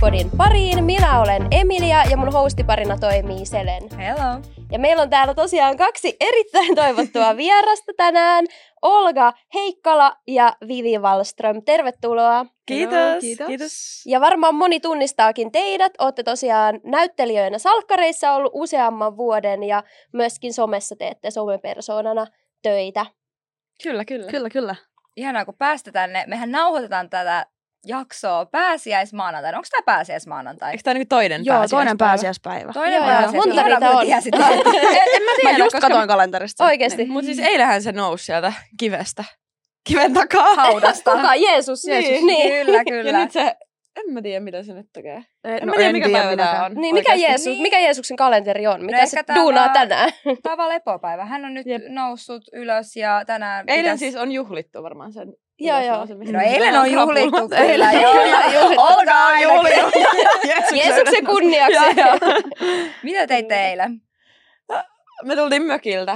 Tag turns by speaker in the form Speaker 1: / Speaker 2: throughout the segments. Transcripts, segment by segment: Speaker 1: pariin. Minä olen Emilia ja mun hostiparina toimii Selen.
Speaker 2: Hello.
Speaker 1: Ja meillä on täällä tosiaan kaksi erittäin toivottua vierasta tänään. Olga Heikkala ja Vivi Wallström. Tervetuloa.
Speaker 2: Kiitos.
Speaker 3: Joo,
Speaker 2: kiitos.
Speaker 3: kiitos.
Speaker 2: kiitos.
Speaker 1: Ja varmaan moni tunnistaakin teidät. Olette tosiaan näyttelijöinä salkkareissa ollut useamman vuoden ja myöskin somessa teette somepersonana töitä.
Speaker 2: Kyllä, kyllä.
Speaker 3: Kyllä, kyllä.
Speaker 2: Ihanaa, kun päästä tänne. Mehän nauhoitetaan tätä jaksoa pääsiäismaanantaina. Onko tämä pääsiäismaanantai?
Speaker 4: Eikö tämä niinku toinen
Speaker 3: Joo,
Speaker 4: pääsiäispäivä?
Speaker 3: toinen pääsiäispäivä.
Speaker 2: Toinen
Speaker 1: Joo,
Speaker 2: pääsiäis.
Speaker 1: joo. Monta
Speaker 2: Ihanaa,
Speaker 1: niitä
Speaker 2: kun
Speaker 1: on?
Speaker 2: tiesit tämän. en, en mä
Speaker 3: Mä
Speaker 2: tiedä,
Speaker 3: just
Speaker 2: koska
Speaker 3: katoin kalenterista.
Speaker 1: Oikeasti.
Speaker 4: Mutta siis eilähän se nousi sieltä kivestä. Kiven takaa.
Speaker 2: haudasta.
Speaker 1: Kuka? Jeesus.
Speaker 4: Jeesus.
Speaker 1: Niin.
Speaker 2: Kyllä,
Speaker 4: Ja
Speaker 2: kyllä.
Speaker 4: nyt se, en mä tiedä mitä se nyt tekee.
Speaker 3: Ei,
Speaker 4: En mä tiedä mikä päivä tää on.
Speaker 1: Niin, mikä,
Speaker 4: oikeasti.
Speaker 1: Jeesus,
Speaker 2: Niin.
Speaker 1: mikä Jeesuksen kalenteri on? Mitä
Speaker 2: ehkä
Speaker 1: se
Speaker 2: tää
Speaker 1: duunaa
Speaker 2: vaan-
Speaker 1: tänään?
Speaker 2: Tämä on vaan lepopäivä. Hän on nyt
Speaker 4: Jep.
Speaker 2: noussut ylös ja tänään
Speaker 4: Eilen
Speaker 2: pitäisi-
Speaker 4: siis on juhlittu varmaan sen.
Speaker 1: Joo,
Speaker 4: ylös
Speaker 1: joo.
Speaker 4: nousemisen.
Speaker 2: No eilen on
Speaker 4: Krapulmat.
Speaker 2: juhlittu kyllä.
Speaker 4: Eilen-
Speaker 2: joo. Olkaa
Speaker 4: Olkaa
Speaker 2: ainakin.
Speaker 4: juhlittu. Jeesuksen-
Speaker 1: Jeesuksen kunniaksi.
Speaker 4: Joo, joo.
Speaker 2: Mitä teitte eilen?
Speaker 4: Me tultiin mökiltä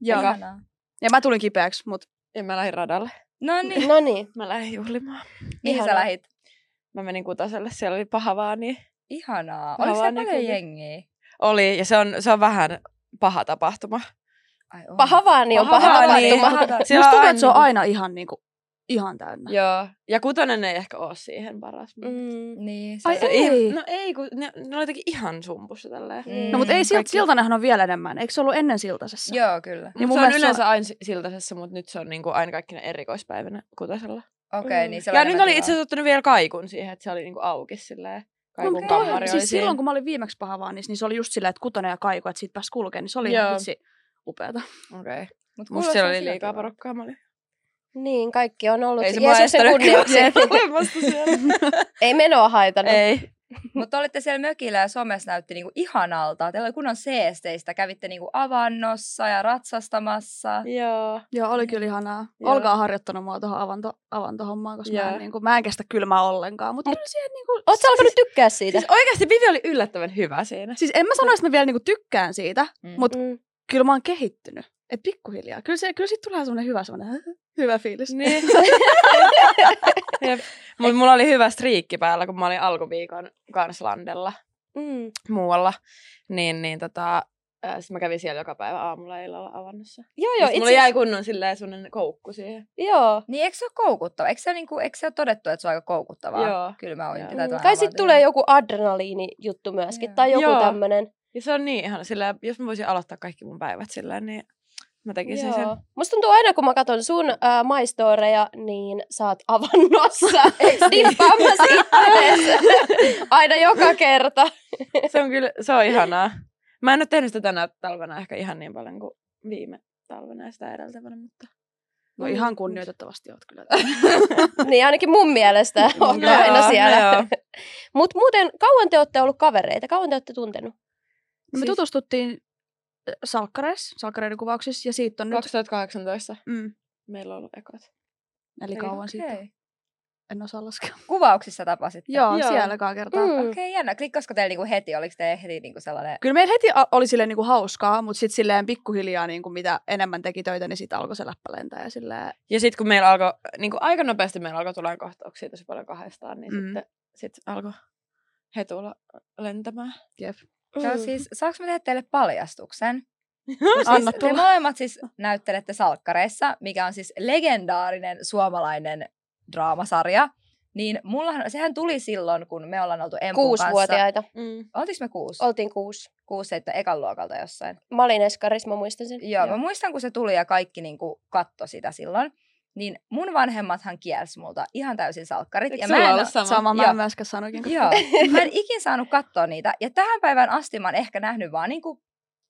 Speaker 3: Joo.
Speaker 4: Joka-
Speaker 2: Ihanaa.
Speaker 3: Ja mä tulin kipeäksi, mutta
Speaker 4: ja mä lähdin radalle.
Speaker 2: No niin,
Speaker 1: No niin.
Speaker 4: Mä lähdin juhlimaan.
Speaker 2: mihin sä
Speaker 1: Ihanaa.
Speaker 2: lähit?
Speaker 4: Mä menin kutaselle, siellä oli paha vaan, niin
Speaker 2: Ihanaa. Oliko
Speaker 4: Mä vaan
Speaker 2: siellä paljon
Speaker 4: näkyy.
Speaker 2: jengiä?
Speaker 4: oli. Ja se on, se on vähän paha tapahtuma.
Speaker 2: Ai on.
Speaker 1: Paha vaan, niin on paha,
Speaker 4: Paha
Speaker 1: paha
Speaker 4: vaan, niin.
Speaker 1: tapahtuma.
Speaker 2: Paha-
Speaker 4: Siellä
Speaker 3: musta
Speaker 4: on
Speaker 3: tuntuu,
Speaker 4: aina
Speaker 3: että
Speaker 4: niinku-
Speaker 3: se on aina ihan, niinku, ihan täynnä.
Speaker 4: Joo. Ja kutonen ei ehkä ole siihen paras. mutta-
Speaker 1: Mm.
Speaker 2: Niin,
Speaker 3: Ai
Speaker 2: se-
Speaker 4: ei.
Speaker 3: ei.
Speaker 4: No ei, kun ne, ne oli jotenkin ihan sumpussa tälleen.
Speaker 2: Mm.
Speaker 3: No mutta ei silt,
Speaker 4: Kaikki-
Speaker 3: siltanenhan on vielä enemmän. Eikö se ollut ennen siltasessa?
Speaker 2: Joo, kyllä.
Speaker 3: Niin
Speaker 4: Niin
Speaker 3: mun
Speaker 4: se on
Speaker 3: mielestä se on-
Speaker 4: yleensä aina si- siltaisessa, mutta nyt se on niinku aina kaikkina erikoispäivänä kutasella.
Speaker 2: Okei,
Speaker 1: Mm.
Speaker 2: niin se
Speaker 4: Ja
Speaker 2: enemmän
Speaker 4: nyt oli
Speaker 2: tilaa.
Speaker 4: itse asiassa ottanut vielä kaikun siihen, että se oli niinku auki silleen.
Speaker 3: No,
Speaker 4: Kaikun
Speaker 3: mutta
Speaker 2: toi-
Speaker 4: kammari oli
Speaker 3: siis silloin, kun mä olin viimeksi pahavaanissa, niin se oli just silleen, että kutonen ja kaiku, että siitä pääsi kulkemaan, niin se oli
Speaker 4: Joo.
Speaker 3: ihan vitsi upeata.
Speaker 4: siinä. Okei. Okay.
Speaker 2: Mut
Speaker 4: Musta
Speaker 2: kuulostaa
Speaker 4: siellä oli
Speaker 2: siltä
Speaker 4: liikaa
Speaker 2: kivalta.
Speaker 4: porukkaa. Mä olin.
Speaker 1: Niin, kaikki on ollut
Speaker 4: Ei se mua
Speaker 1: Jeesuksen
Speaker 4: estänyt
Speaker 1: kunniaksi.
Speaker 4: olemasta siellä.
Speaker 1: Ei menoa haitannut.
Speaker 4: ei.
Speaker 2: Mutta olitte siellä mökillä ja somessa näytti niinku ihanalta. Teillä oli kunnon seesteistä. Kävitte niinku avannossa ja ratsastamassa.
Speaker 4: Joo.
Speaker 3: Joo, oli kyllä ihanaa.
Speaker 4: Joo.
Speaker 3: Olkaa harjoittanut mua tuohon avanto, avantohommaan, koska mä, en,
Speaker 4: Joo.
Speaker 3: niinku, mä en kestä kylmää ollenkaan. Mutta kyllä siihen niinku...
Speaker 1: Oletko alkanut tykkää siitä?
Speaker 4: Siis oikeasti Vivi oli yllättävän hyvä siinä.
Speaker 3: Siis en mä sano, että mä vielä niinku tykkään siitä,
Speaker 2: Mm.
Speaker 3: mutta
Speaker 1: Mm.
Speaker 3: kyllä mä oon kehittynyt. Et pikkuhiljaa. Kyllä, se, kyllä siitä tulee semmoinen hyvä, semmoinen hyvä fiilis.
Speaker 4: Niin. Jep. Mut mulla oli hyvä striikki päällä, kun mä olin alkuviikon Kanslandella.
Speaker 1: Mm.
Speaker 4: muualla, niin, niin tota, sitten mä kävin siellä joka päivä aamulla ja illalla avannossa.
Speaker 1: Joo,
Speaker 4: Joo,
Speaker 1: joo,
Speaker 4: itse...
Speaker 1: itse
Speaker 4: Siis Mulla jäi kunnon silleen sellainen koukku siihen.
Speaker 1: Joo.
Speaker 2: Niin eikö se ole koukuttava? Eikö se, niinku, eikö se ole todettu, että se on aika koukuttavaa?
Speaker 4: Joo.
Speaker 2: Kylmä uinti.
Speaker 4: Joo.
Speaker 2: tai
Speaker 1: Mm.
Speaker 2: tämmönen
Speaker 1: Kai sitten
Speaker 2: avanto.
Speaker 1: tulee joku adrenaliinijuttu myöskin,
Speaker 2: Joo.
Speaker 1: tai joku
Speaker 4: Joo.
Speaker 1: tämmöinen.
Speaker 4: Ja se on niin ihana, sillä jos mä voisin aloittaa kaikki mun päivät sillä niin mä tekisin Joo. sen.
Speaker 1: Joo. Musta tuntuu aina, kun mä katson sun äh, maistoreja, niin sä oot avannossa. Dippaan mä sitten aina joka kerta.
Speaker 4: Se on kyllä, se on ihanaa. Mä en ole tehnyt sitä tänä talvena ehkä ihan niin paljon kuin viime talvena ja sitä edeltävänä, mutta...
Speaker 3: No ihan kunnioitettavasti oot kyllä.
Speaker 1: Niin ainakin mun mielestä oot
Speaker 4: Joo,
Speaker 1: aina
Speaker 4: no
Speaker 1: siellä.
Speaker 4: joo.
Speaker 1: Mutta muuten, kauan te olette ollut kavereita? Kauan te olette tuntenut?
Speaker 3: No me
Speaker 4: Siis-
Speaker 3: tutustuttiin äh, salkkareissa, salkkareiden kuvauksissa, ja siitä on nyt...
Speaker 4: 2018
Speaker 3: Mm,
Speaker 4: meillä on ollut ekat.
Speaker 3: eli
Speaker 4: Eli
Speaker 3: kauan
Speaker 2: Niin, Okei.
Speaker 3: siitä. En osaa laskea.
Speaker 2: Kuvauksissa tapasitte?
Speaker 3: Joo,
Speaker 4: Joo.
Speaker 3: siellä ekaa kertaa.
Speaker 1: Mm.
Speaker 2: Okei, okay, jännä. Klikkasko teillä niinku heti? Oliko teillä heti niinku sellainen...
Speaker 3: Kyllä meillä heti a- oli silleen niinku hauskaa, mutta sitten silleen pikkuhiljaa niinku mitä enemmän teki töitä, niin sitten alkoi se läppä lentää. Ja silleen...
Speaker 4: Ja sitten kun meillä alkoi, niin kuin aika nopeasti meillä alkoi tulla kohtauksia tosi paljon kahdestaan, niin
Speaker 3: Mm.
Speaker 4: mm. sitten sit alkoi hetulla lentämään.
Speaker 3: Jep.
Speaker 1: Mm.
Speaker 2: Se
Speaker 4: Mm.
Speaker 2: on siis, saanko mä tehdä teille paljastuksen?
Speaker 3: Anna
Speaker 2: Siis Te
Speaker 3: tulla.
Speaker 2: molemmat siis näyttelette salkkareissa, mikä on siis legendaarinen suomalainen draamasarja. Niin mullahan, sehän tuli silloin, kun me ollaan oltu Empun kanssa.
Speaker 1: Kuusivuotiaita.
Speaker 4: Mm.
Speaker 2: Oltiinko me kuusi? Ol-
Speaker 1: Oltiin kuusi.
Speaker 2: kuusi, seitsemän, ekan luokalta jossain.
Speaker 1: Mä olin Eskaris, mä muistan sen.
Speaker 2: Joo, mä muistan, kun se tuli ja kaikki niin kuin katto sitä silloin. Niin mun vanhemmathan kielsi multa ihan täysin salkkarit.
Speaker 4: Eikö
Speaker 2: ja
Speaker 4: sulla
Speaker 2: mä en
Speaker 4: ollut sama?
Speaker 3: Sama mä
Speaker 2: Joo.
Speaker 3: en myöskään sanoikin. kun-
Speaker 2: Joo, mä en ikin saanut katsoa niitä. Ja tähän päivään asti mä oon ehkä nähnyt vaan niinku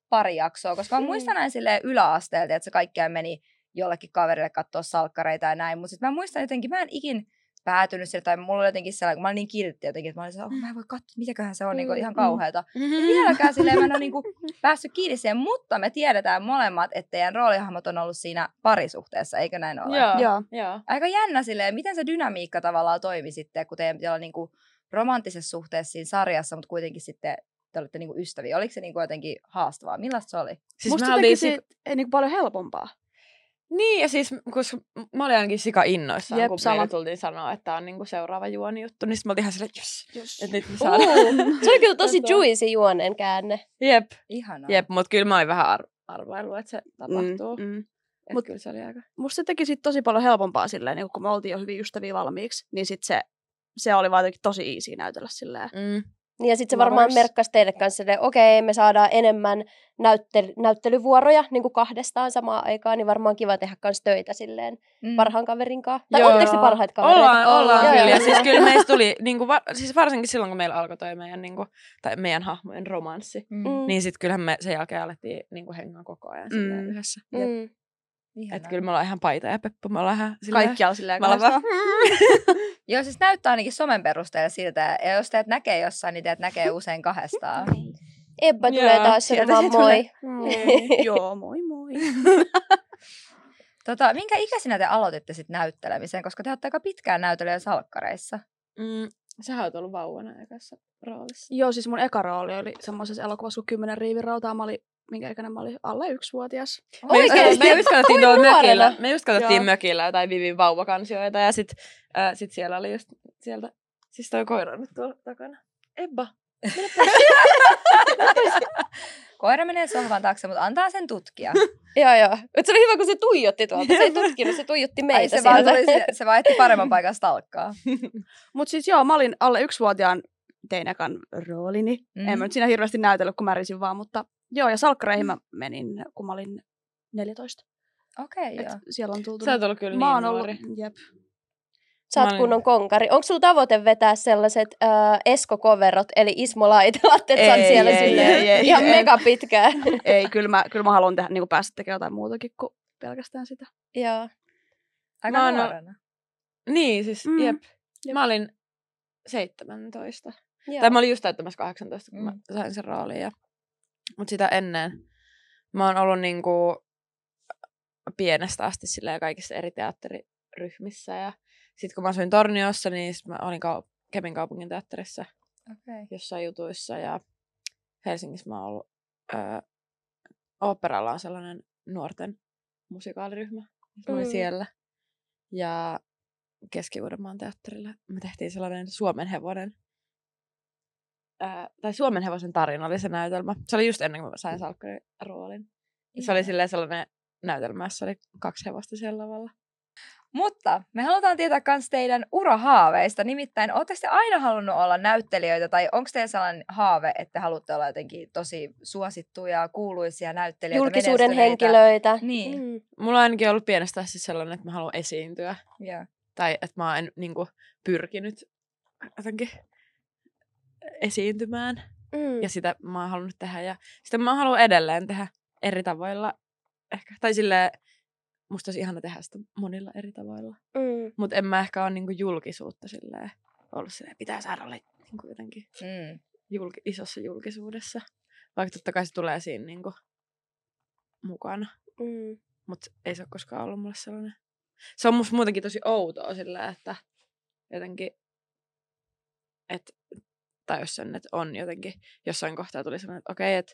Speaker 2: pari jaksoa,
Speaker 4: Mm.
Speaker 2: koska mä muistan näin silleen yläasteelta, että se kaikkea meni jollekin kaverille katsoa salkkareita ja näin. Mutta sitten mä muistan jotenkin, mä en ikin päätynyt sille, tai mulla oli jotenkin sellainen, kun mä olin niin kiltti jotenkin, että mä olin sellainen, oh, mä en voi katsoa, mitäköhän se on, niin kuin, ihan
Speaker 4: Mm,
Speaker 2: kauheata. Vieläkään silleen mä en ole niin kuin, päässyt kiinni siihen, mutta me tiedetään molemmat, että teidän roolihahmot on ollut siinä parisuhteessa, eikö näin ole?
Speaker 4: Joo.
Speaker 3: Joo.
Speaker 4: Joo. Joo.
Speaker 2: aika jännä silleen, miten se dynamiikka tavallaan toimi sitten, kun teidän pitää olla niinku romanttisessa suhteessa siinä sarjassa, mutta kuitenkin sitten te olette niinku ystäviä. Oliko se niinku jotenkin haastavaa? Millaista se oli?
Speaker 4: Siis
Speaker 3: Musta
Speaker 4: Musta me
Speaker 3: jotenkin
Speaker 4: oltiin
Speaker 3: se
Speaker 4: sit...
Speaker 3: ei niinku paljon helpompaa.
Speaker 4: Niin, ja siis koska mä olin ainakin sika innoissaan,
Speaker 3: Jep,
Speaker 4: Jep, kun
Speaker 3: sama.
Speaker 4: meille tultiin sanoa, että tää on niinku seuraava juoni juttu, niin sit mä olin ihan silleen, yes,
Speaker 3: Jos.
Speaker 4: että nyt me saadaan.
Speaker 1: Uh, se on kyllä tosi juicy juonen käänne.
Speaker 4: Jep,
Speaker 2: Ihanaa.
Speaker 4: jep, mut kyllä mä olin vähän ar- arvailu, että se tapahtuu. Mm, mm. Et
Speaker 3: Mut-
Speaker 4: mut, kyllä se oli aika.
Speaker 3: Musta se teki sit tosi paljon helpompaa silleen, niin kun me oltiin jo hyvin ystäviä valmiiksi, niin sit se, se oli vaan jotenkin tosi easy näytellä silleen.
Speaker 4: Mm.
Speaker 1: Niin Ja sitten se
Speaker 3: Lovers.
Speaker 1: varmaan merkkasi teille kanssa, että okei, me saadaan enemmän näyttely, näyttelyvuoroja niin kuin kahdestaan samaan aikaan, niin varmaan kiva tehdä myös töitä silleen
Speaker 2: Mm.
Speaker 1: parhaan kaverin kanssa. Tai
Speaker 4: Joo.
Speaker 1: ootteko te parhaita kavereita?
Speaker 4: Ollaan, ollaan
Speaker 1: Joo,
Speaker 4: kyllä.
Speaker 1: joo,
Speaker 4: Ja siis
Speaker 1: joo.
Speaker 4: kyllä meistä tuli, niinku, va- siis varsinkin silloin kun meillä alkoi toi meidän, niinku, tai meidän hahmojen romanssi,
Speaker 2: Mm.
Speaker 1: Mm,
Speaker 4: niin sitten kyllähän me sen jälkeen alettiin niinku, hengaa koko ajan mm.
Speaker 3: Mm.
Speaker 4: yhdessä. Mm.
Speaker 1: mm.
Speaker 4: Että
Speaker 2: Ihanaa.
Speaker 4: kyllä me ollaan ihan paita ja peppu, me ollaan ihan silleen,
Speaker 3: Kaikkialla silleen.
Speaker 4: me ollaan
Speaker 3: kahdestaan.
Speaker 4: vaan,
Speaker 2: Joo, siis näyttää ainakin somen perusteella siltä. Ja jos teet näkee jossain, niin teet näkee usein kahdestaan.
Speaker 1: Ebba
Speaker 4: Joo,
Speaker 1: tulee taas
Speaker 4: sieltä
Speaker 1: sanomaan
Speaker 4: se tulee.
Speaker 1: moi.
Speaker 3: Niin, Joo, moi moi.
Speaker 2: Tota, minkä ikäisinä te aloititte sitten näyttelemisen? Koska te olette aika pitkään näytelyä salkkareissa.
Speaker 4: Mm, sähän oot ollut vauvana ekassa roolissa.
Speaker 3: Joo, siis mun eka rooli oli semmoisessa elokuvassa kuin Kymmenen riivin rautaa. Mä olin, minkä ikäinen mä olin, alle yksivuotias.
Speaker 4: Me just,
Speaker 1: Oikeesti?
Speaker 4: me just katsottiin tuolla
Speaker 1: nuorena.
Speaker 4: mökillä, me just katsottiin
Speaker 3: Joo.
Speaker 4: mökillä jotain Vivin vauvakansioita ja sit, äh, sit siellä oli just sieltä, siis toi koira on nyt tuolla takana. Ebba.
Speaker 2: Koira menee sohvan taakse, mutta antaa sen tutkia.
Speaker 1: Joo, joo. Mut se oli hyvä, kun se tuijotti tuolta. Se ei tutkinut, se tuijotti meitä
Speaker 2: Ai, se, vaan
Speaker 1: sieltä.
Speaker 2: tuli, se, se vaihti paremman paikan stalkkaa.
Speaker 3: Mut siis joo, mä olin alle yksivuotiaan tein ekan roolini. Mm. En
Speaker 2: Mm.
Speaker 3: mä nyt siinä hirveästi näytellyt, kun mä risin vaan, mutta joo, ja salkkareihin mä menin, kun mä olin 14.
Speaker 2: Okei,
Speaker 3: Et
Speaker 2: joo.
Speaker 3: siellä on tultu.
Speaker 4: Sä oot ollut kyllä
Speaker 3: mä
Speaker 4: niin
Speaker 3: oon ollut,
Speaker 4: nuori.
Speaker 3: jep.
Speaker 1: Sä oot
Speaker 4: Mä olin-
Speaker 1: kunnon konkari. Onko sulla tavoite vetää sellaiset äh, Esko-coverot, eli Ismo Laitalat, että sä oot
Speaker 3: Ei,
Speaker 1: siellä
Speaker 3: ei,
Speaker 1: silleen
Speaker 3: ei, ei,
Speaker 1: ihan
Speaker 3: ei.
Speaker 1: mega pitkään?
Speaker 3: Ei, kyllä mä, kyllä mä haluan tehdä, niin päästä tekemään jotain muutakin kuin pelkästään sitä.
Speaker 1: Joo.
Speaker 2: Aika
Speaker 4: Mä oon ollut-
Speaker 2: nuorena.
Speaker 4: Niin, siis
Speaker 3: Mm.
Speaker 4: mm. jep.
Speaker 3: Jep.
Speaker 4: Mä olin 17.
Speaker 1: Joo.
Speaker 4: Tai mä olin just täyttämässä 18, kun
Speaker 2: Mm.
Speaker 4: mä sain sen roolin. Ja... Mutta sitä ennen mä oon ollut niinku pienestä asti silleen kaikissa eri teatteriryhmissä. Ja sitten kun mä asuin Torniossa, niin sit mä olin kau- Kemin kaupungin teatterissa
Speaker 2: Okei.
Speaker 4: jossain jutuissa. Ja Helsingissä mä oon ollut... Öö, oopperalla on sellainen nuorten musikaaliryhmä. Mä olin
Speaker 1: Mm.
Speaker 4: siellä. Ja Keski-Uudenmaan teatterilla me tehtiin sellainen Suomen hevonen ää, tai Suomen hevosen tarina oli se näytelmä. Se oli just ennen kuin mä sain salkkarin roolin. Ja Se oli silleen sellainen näytelmä, jossa oli kaksi hevosta siellä lavalla.
Speaker 2: Mutta me halutaan tietää myös teidän urahaaveista. Nimittäin, ootteko te aina halunnut olla näyttelijöitä tai onko teillä sellainen haave, että haluatte olla jotenkin tosi suosittuja, kuuluisia näyttelijöitä?
Speaker 1: Julkisuuden
Speaker 2: menestyneitä?
Speaker 1: henkilöitä.
Speaker 2: Niin,
Speaker 1: Mm.
Speaker 4: Mulla on ainakin ollut pienestä asti sellainen, että mä haluan esiintyä.
Speaker 2: joo.
Speaker 4: Tai että mä oon niin kuin, pyrkinyt jotenkin esiintymään.
Speaker 1: Mm.
Speaker 4: Ja sitä mä oon halunnut tehdä. Ja sitä mä haluan edelleen tehdä eri tavoilla. Ehkä. Tai silleen, musta olisi ihana tehdä sitä monilla eri tavoilla.
Speaker 1: Mm.
Speaker 4: Mutta en mä ehkä ole niinku julkisuutta silleen ollut silleen, pitää saada olla niinku jotenkin
Speaker 2: Mm.
Speaker 4: julk- isossa julkisuudessa. Vaikka totta kai se tulee siinä niinku mukana.
Speaker 1: Mm.
Speaker 4: Mutta ei se ole koskaan ollut mulle sellainen. Se on musta muutenkin tosi outoa sillä, että jotenkin, et, tai jos sen, että on jotenkin, jossain kohtaa tuli sellainen, että okei, että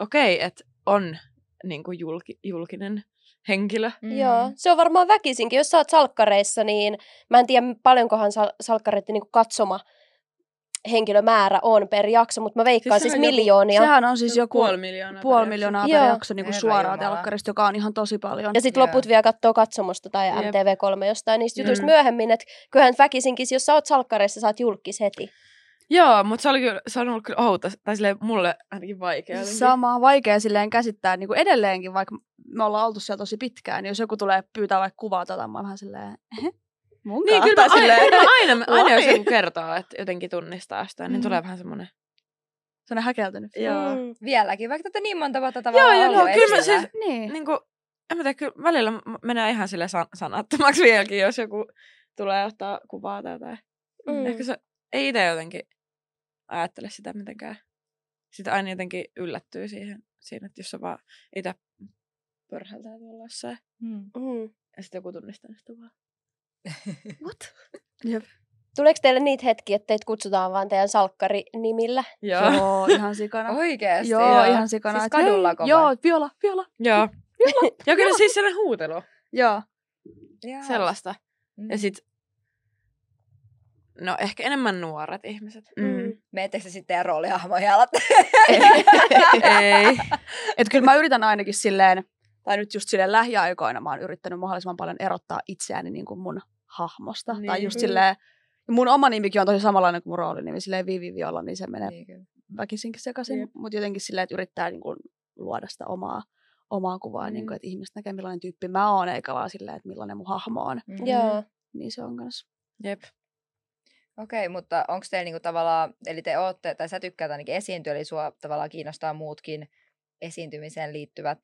Speaker 4: okei, et on niinku julki, julkinen henkilö.
Speaker 2: Mm.
Speaker 1: Joo, se on varmaan väkisinkin. Jos sä oot salkkareissa, niin mä en tiedä paljonkohan sal- salkkareiden niin katsoma henkilömäärä on per jakso, mutta mä veikkaan siis,
Speaker 4: sehän
Speaker 1: siis
Speaker 4: on joku-
Speaker 1: miljoonia.
Speaker 3: Sehän on siis joku
Speaker 4: puoli miljoonaa.
Speaker 3: puoli
Speaker 4: per
Speaker 3: miljoonaa
Speaker 1: Joo.
Speaker 3: per jakso niin
Speaker 2: Herra
Speaker 3: suoraan
Speaker 2: jumala.
Speaker 3: telkkarista, joka on ihan tosi paljon.
Speaker 1: Ja sitten
Speaker 2: Joo.
Speaker 1: loput vielä katsoo katsomosta tai
Speaker 4: Jep.
Speaker 1: MTV3 jostain niistä
Speaker 4: Mm.
Speaker 1: jutuista myöhemmin. Että kyllähän väkisinkin, jos sä oot salkkareissa, sä oot julkis heti.
Speaker 4: Joo, mutta se, oli kyllä, se on ollut kyllä outo, tai silleen mulle ainakin vaikea. jotenkin.
Speaker 3: Sama, vaikea silleen käsittää niin kuin edelleenkin, vaikka me ollaan oltu siellä tosi pitkään, niin jos joku tulee pyytää vaikka kuvaa tota, mä oon vähän silleen, "Ehe, munkaan.
Speaker 4: Niin, kyllä mä
Speaker 3: Tai
Speaker 4: aina,
Speaker 3: silleen,
Speaker 4: kyllä mä aina, aina jos
Speaker 3: Lai.
Speaker 4: joku kertoo, että jotenkin tunnistaa sitä, niin
Speaker 3: Mm.
Speaker 4: tulee vähän semmoinen.
Speaker 3: sellainen häkeltynyt.
Speaker 4: Joo.
Speaker 1: Mm.
Speaker 2: Vieläkin, vaikka tätä niin monta vuotta
Speaker 4: Joo,
Speaker 2: tavallaan
Speaker 4: joo,
Speaker 2: ollut
Speaker 4: kyllä mä
Speaker 2: esillä.
Speaker 4: siis,
Speaker 3: Niin.
Speaker 4: niin kuin, en mä tiedä, kyllä välillä m- menee ihan sille san- sanattomaksi vieläkin, jos joku tulee ottaa kuvaa tai jotain.
Speaker 1: Mm.
Speaker 4: Mm. Ehkä se ei itse jotenkin ajattele sitä mitenkään. Sitä aina jotenkin yllättyy siihen, siinä, että jos se vaan itse pörhältää tuolla jossain,
Speaker 2: Mm.
Speaker 1: Mm.
Speaker 4: ja sitten joku tunnistaa sitä vaan.
Speaker 3: What?
Speaker 1: Tuleeko teille niitä hetkiä, että teitä kutsutaan vaan teidän salkkarinimillä?
Speaker 4: Joo.
Speaker 3: Joo, ihan sikana.
Speaker 2: Oikeesti?
Speaker 3: No. Joo, ihan sikana.
Speaker 2: Siis
Speaker 3: että hei,
Speaker 2: kadullako vai?
Speaker 3: Joo, viola, viola.
Speaker 4: Joo. Ja kyllä siis sellainen huutelu.
Speaker 3: Joo.
Speaker 2: Jaa.
Speaker 4: Sellaista.
Speaker 2: Mm.
Speaker 4: Ja sit, no ehkä enemmän nuoret ihmiset.
Speaker 1: Mm.
Speaker 2: Meettekö se sitten teidän roolihahmoja alat?
Speaker 3: Ei. Et kyllä mä yritän ainakin silleen, tai nyt just silleen lähiaikoina mä oon yrittänyt mahdollisimman paljon erottaa itseäni niin kuin mun hahmosta. Niin. Tai
Speaker 4: Niin.
Speaker 3: just silleen, mun oma nimikin on tosi samanlainen kuin mun roolinimi, silleen Vivi Viola, niin se menee väkisinkin sekaisin,
Speaker 4: Jep.
Speaker 3: mutta jotenkin silleen, että yrittää niin kuin luoda sitä omaa, omaa kuvaa, mm. niin
Speaker 4: Mm.
Speaker 3: kuin, että ihmiset näkee millainen tyyppi mä oon, eikä vaan silleen, että millainen mun hahmo on.
Speaker 2: Mm.
Speaker 1: Joo.
Speaker 3: Niin se on kans.
Speaker 4: Jep.
Speaker 2: Okei, mutta onko teillä niinku tavallaan, eli te ootte, tai sä tykkäät ainakin esiintyä, eli sua tavallaan kiinnostaa muutkin esiintymiseen liittyvät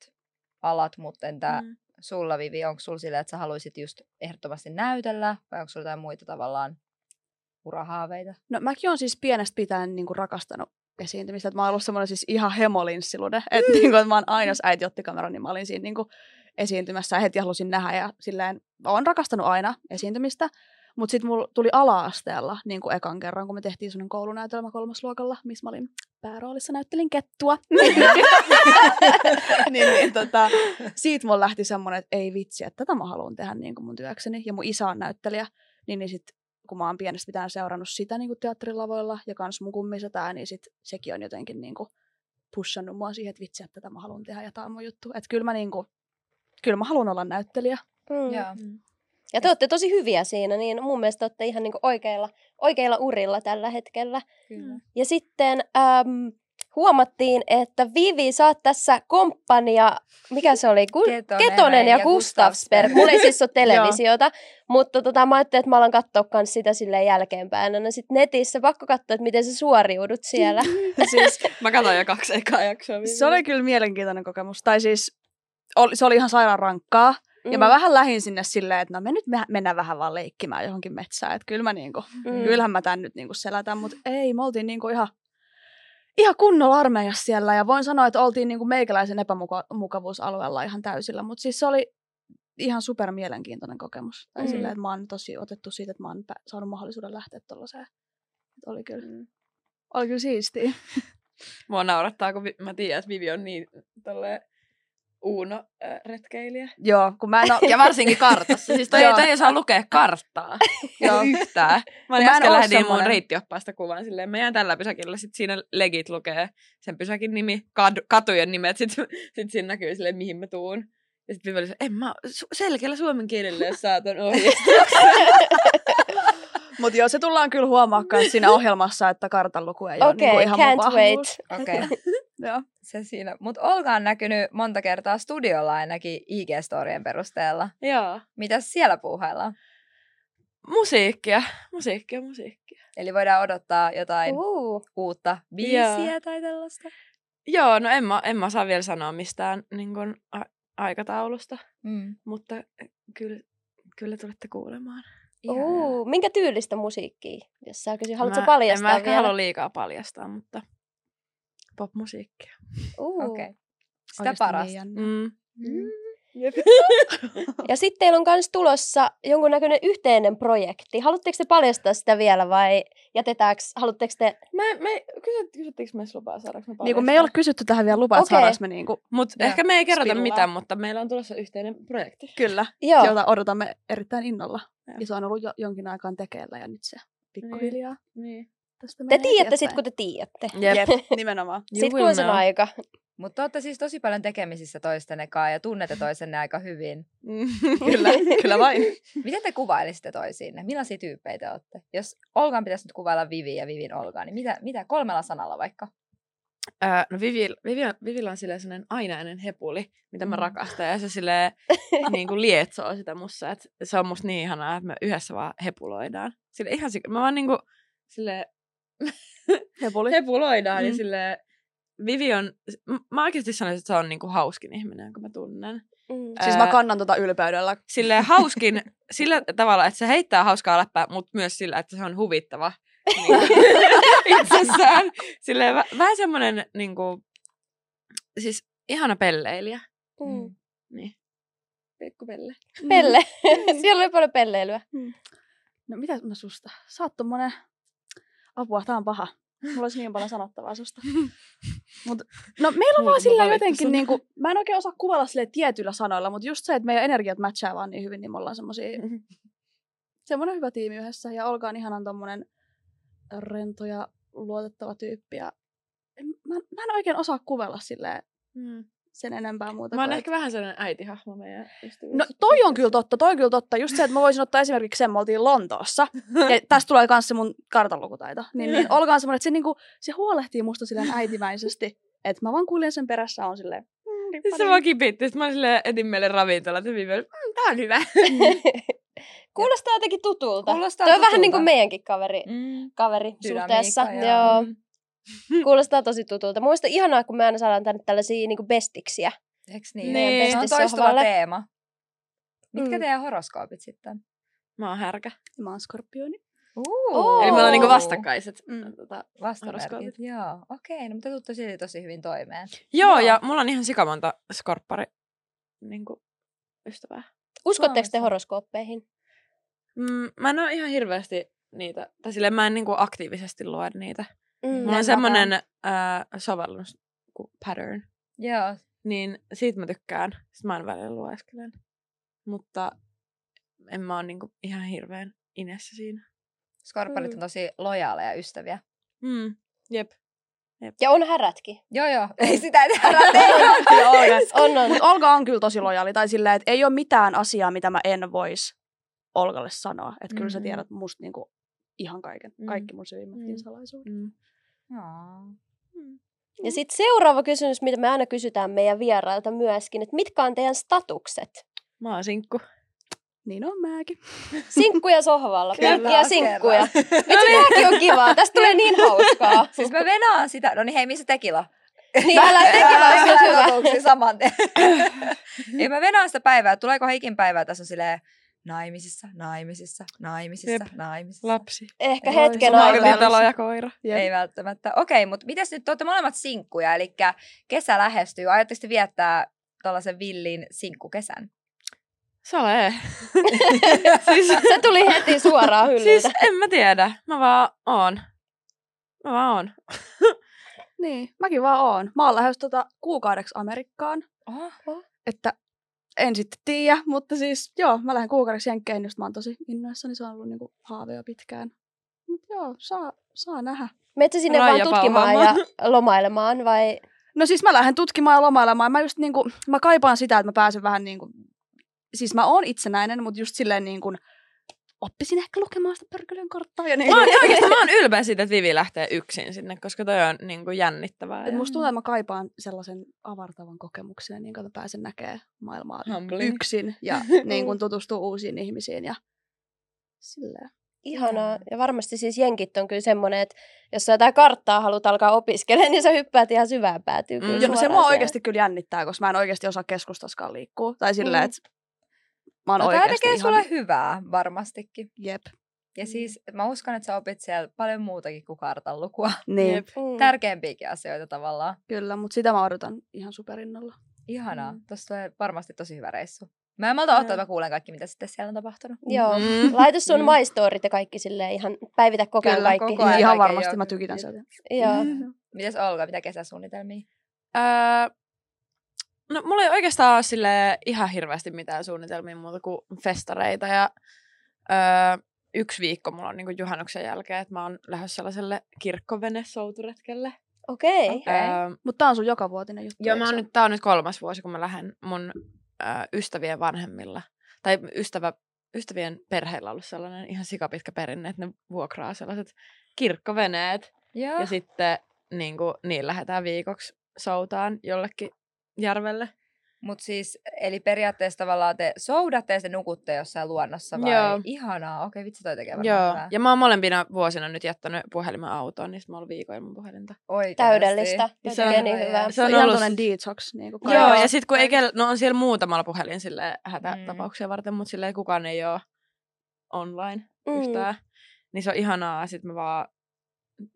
Speaker 2: alat, mutta entä mm.
Speaker 4: Mm.
Speaker 2: sulla Vivi, onko sulla sillä, että sä haluaisit just ehdottomasti näytellä, vai onko sulla jotain muita tavallaan urahaaveita?
Speaker 3: No mäkin on siis pienestä pitäen niin kuin rakastanut esiintymistä, että mä oon ollut semmoinen siis ihan hemolinssilude, että, niin kuin, että mä oon aina, jos äiti otti kameran, niin mä olin siinä niin kuin esiintymässä ja heti halusin nähdä ja silleen, oon rakastanut aina esiintymistä, mutta sitten mulla tuli ala-asteella niin kuin ekan kerran, kun me tehtiin semmoinen koulunäytelmä kolmasluokalla, missä mä olin pääroolissa, näyttelin kettua. niin, niin, tota, siitä mulla lähti semmoinen, että ei vitsi, että tätä mä haluan tehdä niin kuin mun työkseni. Ja mun isä on näyttelijä, niin, niin sit kun mä oon pienestä pitäen seurannut sitä niin kuin teatterilavoilla ja kans mun kummisetää, niin sit sekin on jotenkin niin kuin pushannut mua siihen, että vitsi, että tätä mä haluan tehdä ja tää on mun juttu. Että kyllä mä, niin kuin, kyllä mä haluan olla näyttelijä.
Speaker 1: Mm.
Speaker 2: Joo.
Speaker 1: Ja te olette tosi hyviä siinä, niin mun mielestä olette ihan niinku oikeilla, oikeilla urilla tällä hetkellä.
Speaker 2: Kyllä.
Speaker 1: Ja sitten äm, huomattiin, että Vivi, sä oot tässä komppania, mikä se oli? Ku-
Speaker 2: Ketonen,
Speaker 1: Ketonen ja Gustafsberg. Mulla ei siis ole televisiota, mutta tota, mä ajattelin, että mä alan katsoa kans sitä silleen jälkeenpäin. No sitten netissä pakko katsoa, että miten sä suoriudut siellä.
Speaker 3: siis,
Speaker 4: Mä katsoin jo kaksi ekaa jaksoa.
Speaker 3: se oli kyllä mielenkiintoinen kokemus. Tai siis oli, se oli ihan sairaan rankkaa. Mm. Ja mä vähän lähdin sinne silleen, että no me nyt me, mennään vähän vaan leikkimään johonkin metsään. Että kyllä mä niinku, mm. kyllähän mä tämän nyt niinku selätän, mutta ei, me oltiin niinku ihan, ihan kunnolla armeijassa siellä. Ja voin sanoa, että oltiin niinku meikäläisen epämukavuusalueella ihan täysillä. Mutta siis se oli ihan super mielenkiintoinen kokemus. Tai
Speaker 1: Mm.
Speaker 3: mm. silleen, että mä oon tosi otettu siitä, että mä oon pä- saanut mahdollisuuden lähteä tuollaiseen. Oli kyllä, mm. oli kyllä siistiä.
Speaker 4: Mua naurattaa, kun vi- mä tiedän, että Vivi on niin tolleen uuno äh, retkeilijä.
Speaker 3: Joo, kun mä en oo,
Speaker 5: Ja varsinkin
Speaker 4: niin
Speaker 5: kartassa. Siis toi,
Speaker 3: Joo.
Speaker 5: toi ei osaa lukea karttaa.
Speaker 3: Joo.
Speaker 5: Yhtään.
Speaker 4: Mä olin
Speaker 3: Mä en
Speaker 4: äsken
Speaker 3: oo
Speaker 4: lähdin mun
Speaker 3: semmonen.
Speaker 4: reittioppaasta kuvan silleen. Meidän tällä pysäkillä sit siinä legit lukee sen pysäkin nimi, kad, katujen nimet. Sit, sit siinä näkyy silleen, mihin mä tuun. Ja sitten Vivi oli se, en mä oo- su- selkeällä suomen kielellä, jos saat on
Speaker 3: Mutta joo, se tullaan kyllä huomaamaan siinä ohjelmassa, että kartanluku ei ole
Speaker 1: Okei,
Speaker 3: niinku
Speaker 1: okay,
Speaker 3: ihan mun
Speaker 1: can't wait.
Speaker 3: vahvuus.
Speaker 2: Okei.
Speaker 3: Joo.
Speaker 2: Se siinä. Mutta Olga on näkynyt monta kertaa studiolla ainakin IG-storien perusteella.
Speaker 4: Joo.
Speaker 2: Mitäs siellä puuhaillaan?
Speaker 4: Musiikkia, musiikkia, musiikkia.
Speaker 2: Eli voidaan odottaa jotain
Speaker 1: Uh,
Speaker 2: uutta
Speaker 4: Joo.
Speaker 2: biisiä tai tällaista.
Speaker 4: Joo, no en mä, en mä osaa vielä sanoa mistään niin kun, a, aikataulusta,
Speaker 2: Mm.
Speaker 4: mutta eh, kyllä, kyllä tulette kuulemaan.
Speaker 1: uh, minkä tyylistä musiikkia, jos sä kysyt, haluatko
Speaker 4: Mä-
Speaker 1: paljastaa
Speaker 4: En mä ehkä
Speaker 1: vielä?
Speaker 4: halua liikaa paljastaa, mutta popmusiikkia.
Speaker 1: Uh.
Speaker 2: Okei. Okay. Sitä
Speaker 3: Oikeesti
Speaker 2: parasta.
Speaker 3: niin jännä. Niinku
Speaker 4: Mm.
Speaker 2: Mm.
Speaker 1: Ja sitten teillä on myös tulossa jonkunnäköinen yhteinen projekti. Haluatteko te paljastaa sitä vielä vai jätetäänkö, haluatteko te...
Speaker 4: Mä, me, kysyt, kysyttekö me lupaa, saadaanko me
Speaker 3: Niin kuin me ei ole kysytty tähän vielä lupaa, että
Speaker 1: Okei.
Speaker 3: saadaanko me niinku,
Speaker 4: Mut
Speaker 2: Joo.
Speaker 4: ehkä me ei kerrota
Speaker 3: Spillaa.
Speaker 4: mitään, mutta meillä on tulossa yhteinen projekti.
Speaker 3: kyllä,
Speaker 1: Joo,
Speaker 3: jota odotamme erittäin innolla.
Speaker 4: Joo.
Speaker 3: Ja se on ollut jo jonkin aikaan tekeillä ja nyt se pikkuhiljaa
Speaker 4: Niin.
Speaker 3: tästä
Speaker 1: te
Speaker 3: menee
Speaker 1: tiedätte
Speaker 3: eteenpäin.
Speaker 1: sitten, kun te tiedätte.
Speaker 4: Jep.
Speaker 3: nimenomaan.
Speaker 1: Sitten kun on sen aika.
Speaker 2: Mutta olette siis tosi paljon tekemisissä toistenne kanssa ja tunnette toisenne aika hyvin.
Speaker 3: kyllä, kyllä vain.
Speaker 2: Miten te kuvailisitte toisiinne? Millaisia tyyppejä te olette? Jos Olgan pitäisi nyt kuvailla Vivi ja Vivin Olgaa, niin mitä, mitä kolmella sanalla vaikka?
Speaker 4: Öö, no Vivi, Vivi, Vivillä on silleen sellainen ainainen hepuli, mitä mä
Speaker 2: Mm.
Speaker 4: rakastan. Ja se silleen niin kuin lietsoo sitä musta. Et se on musta niin ihanaa, että me yhdessä vaan hepuloidaan. Sille ihan sik- mä vaan niin kuin, silleen
Speaker 3: Hepuli.
Speaker 4: hepuloidaan mm. ja
Speaker 3: Mm.
Speaker 4: silleen Vivi on, m- mä oikeasti sanoisin, että se on niinku hauskin ihminen, jonka mä tunnen.
Speaker 1: Mm.
Speaker 3: Siis
Speaker 4: Ää,
Speaker 3: mä kannan tota ylpeydellä.
Speaker 4: Silleen hauskin sillä tavalla, että se heittää hauskaa läppää, mutta myös sillä, että se on huvittava niinku, itsessään. Silleen vä- vähän semmoinen niinku, siis ihana pelleilijä.
Speaker 1: Mm.
Speaker 4: Pikku pelle.
Speaker 2: Mm.
Speaker 1: Pelle. Siellä oli paljon pelleilyä.
Speaker 3: Mm. No mitä mä susta? Sä oot tommonen... Apua, tää on paha. Mulla olisi niin paljon sanottavaa susta. Mut, no meillä on vaan sillä jotenkin,
Speaker 4: niin-
Speaker 3: niinku, mä en oikein osaa kuvailla sille tietyillä sanoilla, mutta just se, että meidän energiat matchaa vaan niin hyvin, niin me ollaan semmosia,
Speaker 4: Mm-hmm.
Speaker 3: semmoinen hyvä tiimi yhdessä. Ja Olga on ihanan tommonen rento ja luotettava tyyppi. Ja en, mä, mä en oikein osaa kuvailla silleen
Speaker 4: Mm.
Speaker 3: sen enempää muuta.
Speaker 4: Mä oon
Speaker 3: kuin,
Speaker 4: ehkä vähän sellainen äitihahmo meidän
Speaker 3: No toi on kyllä totta, toi on kyllä totta. Just se, että mä voisin ottaa esimerkiksi sen, me oltiin Lontoossa. Ja tästä tulee myös se mun kartanlukutaito. Niin, niin olkaan semmoinen, että se, niinku, se huolehtii musta silleen äitimäisesti. Että mä vaan kuljen sen perässä on silleen. mm,
Speaker 4: Sitten Siis se
Speaker 3: rippari.
Speaker 4: mua kipitti. Sitten mä olin silleen, etin meille ravintolat. Ja viime mmm, tää on hyvä.
Speaker 1: Kuulostaa jotenkin tutulta.
Speaker 2: Mm. Kuulostaa
Speaker 1: Toi on vähän
Speaker 2: tutulta.
Speaker 1: niin kuin meidänkin kaveri,
Speaker 4: Mm.
Speaker 1: kaveri
Speaker 2: Dynamiikka,
Speaker 1: suhteessa.
Speaker 2: joo. Mm.
Speaker 1: Joo. Kuulostaa tosi tutulta. Muista ihanaa, kun me aina saadaan tänne tällaisia niin bestiksiä.
Speaker 2: Eiks
Speaker 4: Niin,
Speaker 2: niin? niin. Se on
Speaker 1: pestissohvalle.
Speaker 2: toistuva teema. Mitkä
Speaker 1: Mm.
Speaker 2: teidän horoskoopit sitten?
Speaker 4: Mä oon härkä.
Speaker 3: Ja Mä oon skorpioni.
Speaker 2: Uh.
Speaker 4: Eli me ollaan niinku
Speaker 1: Oo.
Speaker 4: vastakkaiset.
Speaker 3: Mm.
Speaker 4: Tota,
Speaker 2: Vastamerkit,
Speaker 4: horoskoopit.
Speaker 2: joo. Okei, no mutta tuttu silti tosi hyvin toimeen.
Speaker 4: joo, ja mulla on ihan sikamonta skorppari niinku, ystävää.
Speaker 1: Uskotteko te
Speaker 2: Suomessa.
Speaker 1: horoskooppeihin?
Speaker 4: Mm, mä en oo ihan hirveästi niitä, tai silleen mä en niinku aktiivisesti lue niitä.
Speaker 1: Mm.
Speaker 4: Mulla on
Speaker 2: Näin
Speaker 4: semmonen äh, sovellus kuin pattern,
Speaker 2: Joo,
Speaker 4: niin siitä mä tykkään. Sitten mä en välillä lueskelen. Mutta en mä oo niinku ihan hirveän inessä siinä.
Speaker 2: skorpionit
Speaker 1: Mm.
Speaker 2: on tosi lojaaleja ystäviä.
Speaker 4: Mm. Jep.
Speaker 1: Ja on härätkin.
Speaker 2: Joo, joo. Ei sitä enää
Speaker 1: on, on.
Speaker 3: Mutta Olga on kyllä tosi lojaali. Tai silleen, että ei ole mitään asiaa, mitä mä en vois Olgalle sanoa. Että kyllä sä
Speaker 2: Mhm.
Speaker 3: tiedät musta niinku ihan kaiken.
Speaker 4: Mm.
Speaker 3: Kaikki mun syvimmätkin
Speaker 4: Mm.
Speaker 3: salaisuudet.
Speaker 4: Mm.
Speaker 2: Mm.
Speaker 1: Ja sitten seuraava kysymys, mitä me aina kysytään meidän vierailta myöskin, että mitkä on teidän statukset?
Speaker 4: Mä oon sinkku.
Speaker 3: Niin on mäkin.
Speaker 1: Sinkkuja sohvalla,
Speaker 2: Kyllä,
Speaker 1: pelkkiä
Speaker 2: kerran.
Speaker 1: sinkkuja. Vitsi, tääkin on kivaa, tästä tulee niin hauskaa.
Speaker 2: Siis mä venaan sitä. No niin hei, missä tekila?
Speaker 1: Niin älä tekin vaan, se on hyvä.
Speaker 2: hyvä. saman tien. Ei mä venaan sitä päivää. Tuleeko heikin päivää tässä on silleen naimisissa, naimisissa, naimisissa,
Speaker 4: Jep.
Speaker 2: naimisissa.
Speaker 4: lapsi.
Speaker 1: Ehkä
Speaker 3: Voi,
Speaker 1: hetken
Speaker 3: sulla on
Speaker 1: aikaa.
Speaker 3: kyllä
Speaker 4: Omakotitalo ja koira.
Speaker 2: Ei välttämättä. Okei, mutta mitäs nyt te olette molemmat sinkkuja, eli kesä lähestyy. Aiotteko te viettää tuollaisen villin sinkkukesän?
Speaker 4: Salee. siis,
Speaker 1: Se tuli heti suoraan
Speaker 4: siis
Speaker 1: hyllyltä.
Speaker 4: en mä tiedä. Mä vaan oon. Mä vaan oon.
Speaker 3: Niin, mäkin vaan oon. Mä oon lähes tota kuukaudeksi Amerikkaan.
Speaker 2: Oh.
Speaker 3: että en sitten tiedä, mutta siis joo, mä lähden kuukaudeksi jenkkeen, just mä oon tosi innoissani, se on ollut niinku haave jo pitkään. Mutta joo, saa, saa nähdä.
Speaker 1: Metsä sinne vaan
Speaker 4: Raijapauhaan
Speaker 1: tutkimaan ja
Speaker 4: vaan.
Speaker 1: lomailemaan vai?
Speaker 3: No siis mä lähden tutkimaan ja lomailemaan, mä just niinku, mä kaipaan sitä, että mä pääsen vähän niinku, siis mä oon itsenäinen, mutta just silleen niinku, oppisin ehkä lukemaan sitä pörkölön karttaa ja niin.
Speaker 4: Mä oon, oikeastaan, mä oon ylpeä siitä, että Vivi lähtee yksin sinne, koska toi on niin kuin jännittävää.
Speaker 3: Et musta tulee, että mä kaipaan sellaisen avartavan kokemuksen, niin kuin mä pääsen näkemään maailmaa
Speaker 4: Humbling.
Speaker 3: yksin ja niin kuin tutustuu uusiin ihmisiin ja silleen.
Speaker 1: Ihanaa.
Speaker 2: Joo.
Speaker 1: Ja varmasti siis jenkit on kyllä semmoinen, että jos sä jotain karttaa haluat alkaa opiskelemaan, niin sä hyppäät ihan syvään päätyy.
Speaker 4: Mm.
Speaker 1: Kyllä
Speaker 4: Joo,
Speaker 3: Joo, no
Speaker 1: suoraan
Speaker 3: se mua
Speaker 1: siellä.
Speaker 3: oikeasti kyllä jännittää, koska mä en oikeasti osaa keskustaskaan liikkua. Tai silleen,
Speaker 1: Mm.
Speaker 3: mm. että mä oon
Speaker 2: No, tämä
Speaker 3: oikeasti
Speaker 2: tekee
Speaker 3: ihan...
Speaker 2: sulle hyvää varmastikin.
Speaker 3: Jep.
Speaker 2: Ja siis mä uskon, että sä opit siellä paljon muutakin kuin kartan lukua.
Speaker 3: Niin, Jep.
Speaker 4: Jep.
Speaker 1: Mm.
Speaker 2: Tärkeämpiäkin asioita tavallaan.
Speaker 3: kyllä, mutta sitä mä odotan ihan superinnolla.
Speaker 2: Ihanaa.
Speaker 4: Mm.
Speaker 2: Mm. Tuossa tulee varmasti tosi hyvä reissu. Mä en malta odottaa,
Speaker 4: Joo.
Speaker 2: että mä kuulen kaikki, mitä sitten siellä on tapahtunut.
Speaker 1: Joo.
Speaker 4: Mm.
Speaker 1: Laita sun
Speaker 4: Mm.
Speaker 1: my storyt ja kaikki silleen ihan päivitä koko ajan
Speaker 2: Kyllä,
Speaker 1: kaikki.
Speaker 2: koko ajan.
Speaker 3: Niin, ihan
Speaker 2: kaiken,
Speaker 3: varmasti
Speaker 2: joo,
Speaker 3: mä
Speaker 2: kyllä,
Speaker 3: tykitän
Speaker 2: kyllä.
Speaker 3: sieltä.
Speaker 1: Joo.
Speaker 4: Mm.
Speaker 2: Mitäs Olga, mitä kesäsuunnitelmia?
Speaker 4: Öö, no, mulla ei oikeastaan ole sille ihan hirveästi mitään suunnitelmia muuta kuin festareita. Ja, öö, yksi viikko mulla on niin kuin juhannuksen jälkeen, että mä oon lähdössä sellaiselle kirkkovene-souturetkelle.
Speaker 1: Okei. Okay.
Speaker 2: Okei.
Speaker 4: Öö,
Speaker 3: Mutta tää on sun jokavuotinen juttu.
Speaker 4: Joo, mä
Speaker 3: eikö
Speaker 4: oon
Speaker 3: se?
Speaker 4: nyt, tää on nyt kolmas vuosi, kun mä lähden mun äh, ystävien vanhemmilla. Tai ystävä, ystävien perheillä on ollut sellainen ihan sikapitkä perinne, että ne vuokraa sellaiset kirkkoveneet.
Speaker 2: Joo.
Speaker 4: Ja sitten niin kuin, niin lähdetään viikoksi soutaan jollekin järvelle.
Speaker 2: Mut siis, eli periaatteessa tavallaan te soudatte ja sitten nukutte jossain luonnossa vai?
Speaker 4: Joo.
Speaker 2: Ihanaa. Okei, vitsi toi tekee varmaan
Speaker 4: Joo.
Speaker 2: hyvää.
Speaker 4: Ja mä oon molempina vuosina nyt jättänyt puhelimen autoon, niin sit mä oon ollut viikon ilman puhelinta.
Speaker 2: Oikeasti.
Speaker 1: Täydellistä.
Speaker 4: Ja se
Speaker 1: Se tekee
Speaker 4: on-
Speaker 1: niin hyvää.
Speaker 4: se on
Speaker 3: ihan
Speaker 4: ollut-
Speaker 3: tollanen detox. Niin kuin
Speaker 4: Joo,
Speaker 3: Joo.
Speaker 4: ja sitten kun ei kell- no on siellä muutamalla puhelin sille hätätapauksia varten, mutta silleen kukaan ei ole online. mm. yhtään. Niin se on ihanaa, sitten me vaan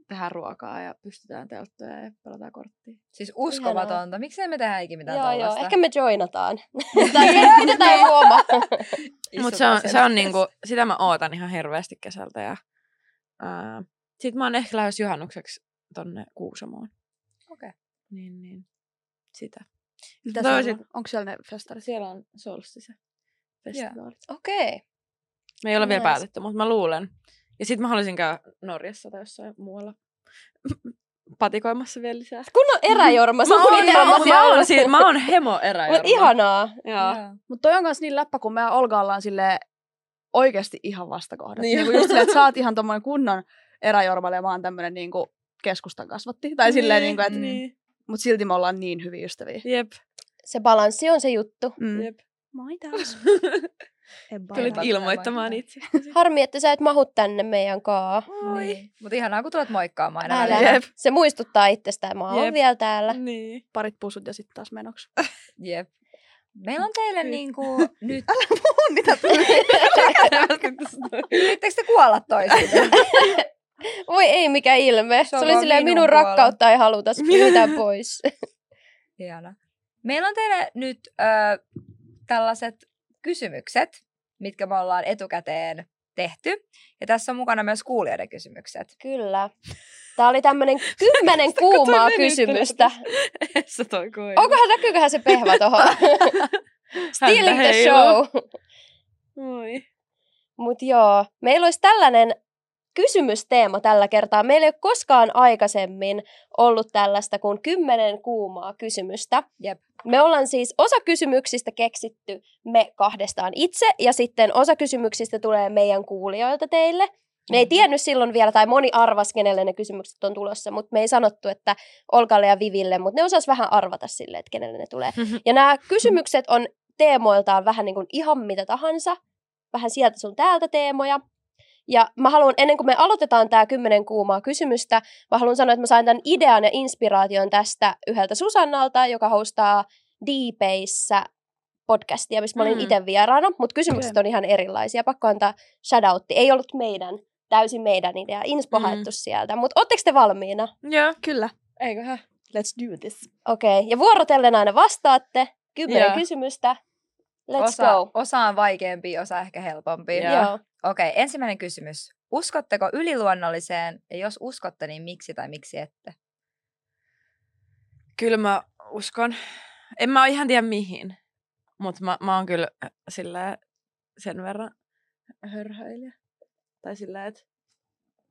Speaker 4: tehdään ruokaa ja pystytään telttoja ja pelataan korttia.
Speaker 2: Siis uskomatonta. Miksei me tehdä ikinä mitään
Speaker 1: Joo, joo.
Speaker 2: tällaista?
Speaker 1: Ehkä me joinataan. tai
Speaker 4: Niin.
Speaker 1: me pidetään huoma.
Speaker 4: Mutta se on, se on niinku, sitä mä ootan ihan hirveästi kesältä. Ja, ää, sit mä oon ehkä lähes juhannukseksi tonne Kuusamoon.
Speaker 2: Okei.
Speaker 4: Niin, niin. Sitä.
Speaker 3: Mitä
Speaker 4: Toiset-
Speaker 3: siellä on? Onko siellä ne festarit?
Speaker 4: Siellä on solstise festivaalit. siis-
Speaker 2: Okei.
Speaker 4: Me ei ole vielä
Speaker 1: Nice.
Speaker 4: päätetty, mutta mä luulen. Ja sitten mä haluaisin käydä Norjassa tai jossain muualla patikoimassa vielä lisää.
Speaker 1: Kun on eräjorma
Speaker 4: Mä oon, mä,
Speaker 1: suunnitelma
Speaker 4: oon, mä,
Speaker 1: siellä.
Speaker 4: oon, siis, mä oon hemo erä.
Speaker 1: Mut ihanaa.
Speaker 4: Joo.
Speaker 3: Mutta toi on myös niin läppä, kun me Olga ollaan sille oikeasti ihan vastakohdat.
Speaker 4: Niin.
Speaker 3: Niin. Niin just silleen, että sä oot ihan tommonen kunnon eräjormalle ja mä oon tämmönen niin kuin keskustan kasvatti. Tai silleen, niin kuin, että,
Speaker 4: Niin.
Speaker 3: mut silti me ollaan niin hyviä ystäviä.
Speaker 4: Jep,
Speaker 1: Se balanssi on se juttu.
Speaker 3: Mm.
Speaker 4: jep.
Speaker 3: Moi taas. Ebba,
Speaker 4: Tulit
Speaker 3: Ebba.
Speaker 4: ilmoittamaan itse.
Speaker 1: Harmi, että sä et mahu tänne meidän kaa.
Speaker 4: Moi.
Speaker 2: Niin. Mutta ihanaa, kun tulet moikkaamaan aina.
Speaker 1: Älä.
Speaker 2: välillä.
Speaker 4: Jep.
Speaker 1: Se muistuttaa itsestään. Mä oon
Speaker 4: Jep.
Speaker 1: vielä täällä.
Speaker 4: Niin.
Speaker 3: Parit pusut ja sitten taas menoksi.
Speaker 2: Jep. Meillä on teille niinku, nyt,
Speaker 3: Mitä tuli?
Speaker 2: yrittekö te kuolla toisiin?
Speaker 1: Voi ei, mikä ilme. Se,
Speaker 2: on
Speaker 1: oli
Speaker 2: vaan
Speaker 1: silleen minun,
Speaker 2: minun puolella.
Speaker 1: rakkautta ei haluta. Pyytää pois.
Speaker 2: Hieno. Meillä on teille nyt ö, tällaiset kysymykset, mitkä me ollaan etukäteen tehty. Ja tässä on mukana myös kuulijoiden kysymykset.
Speaker 1: Kyllä. Tämä oli tämmöinen kymmenen kuumaa kysymystä.
Speaker 4: Sä toi koi.
Speaker 1: Onkohan, näkyyköhän se pehva tuohon? Stealing the
Speaker 4: heiluu.
Speaker 1: show.
Speaker 4: Moi.
Speaker 1: Mutta joo, meillä olisi tällainen kysymysteema tällä kertaa. Meillä ei ole koskaan aikaisemmin ollut tällaista kuin kymmenen kuumaa kysymystä.
Speaker 2: Jep.
Speaker 1: Me ollaan siis osa kysymyksistä keksitty me kahdestaan itse ja sitten osa kysymyksistä tulee meidän kuulijoilta teille. Me ei tiennyt silloin vielä, tai moni arvas, kenelle ne kysymykset on tulossa, mutta me ei sanottu, että Olkalle ja Viville, mutta ne osas vähän arvata sille, että kenelle ne tulee. Ja nämä kysymykset on teemoiltaan vähän niin kuin ihan mitä tahansa, vähän sieltä sun täältä teemoja. Ja mä haluan, ennen kuin me aloitetaan tämä kymmenen kuumaa kysymystä, mä haluan sanoa, että mä sain tämän idean ja inspiraation tästä yhdeltä Susannalta, joka hostaa Deepeissä podcastia, missä mä olin
Speaker 4: Mm.
Speaker 1: itse vieraana, mutta kysymykset on ihan erilaisia. Pakko antaa shoutoutti. Ei ollut meidän, täysin meidän idea. Inspo
Speaker 4: Mm.
Speaker 1: haettu sieltä, mutta ootteko te valmiina?
Speaker 4: Joo.
Speaker 3: Kyllä.
Speaker 4: Eiköhän.
Speaker 3: Let's do this.
Speaker 1: Okei, okay. ja vuorotellen aina vastaatte. Kymmenen
Speaker 4: Joo.
Speaker 1: kysymystä. Let's
Speaker 2: Osa,
Speaker 1: go.
Speaker 2: osa on vaikeampi, osa ehkä helpompi.
Speaker 4: Joo.
Speaker 1: Joo.
Speaker 2: Okei, ensimmäinen kysymys. Uskotteko yliluonnolliseen? Ja jos uskotte, niin miksi tai miksi ette?
Speaker 4: Kyllä mä uskon. En mä ihan tiedä mihin, mutta mä, mä oon kyllä äh, sillä sen verran hörhöilijä. Tai sillä, että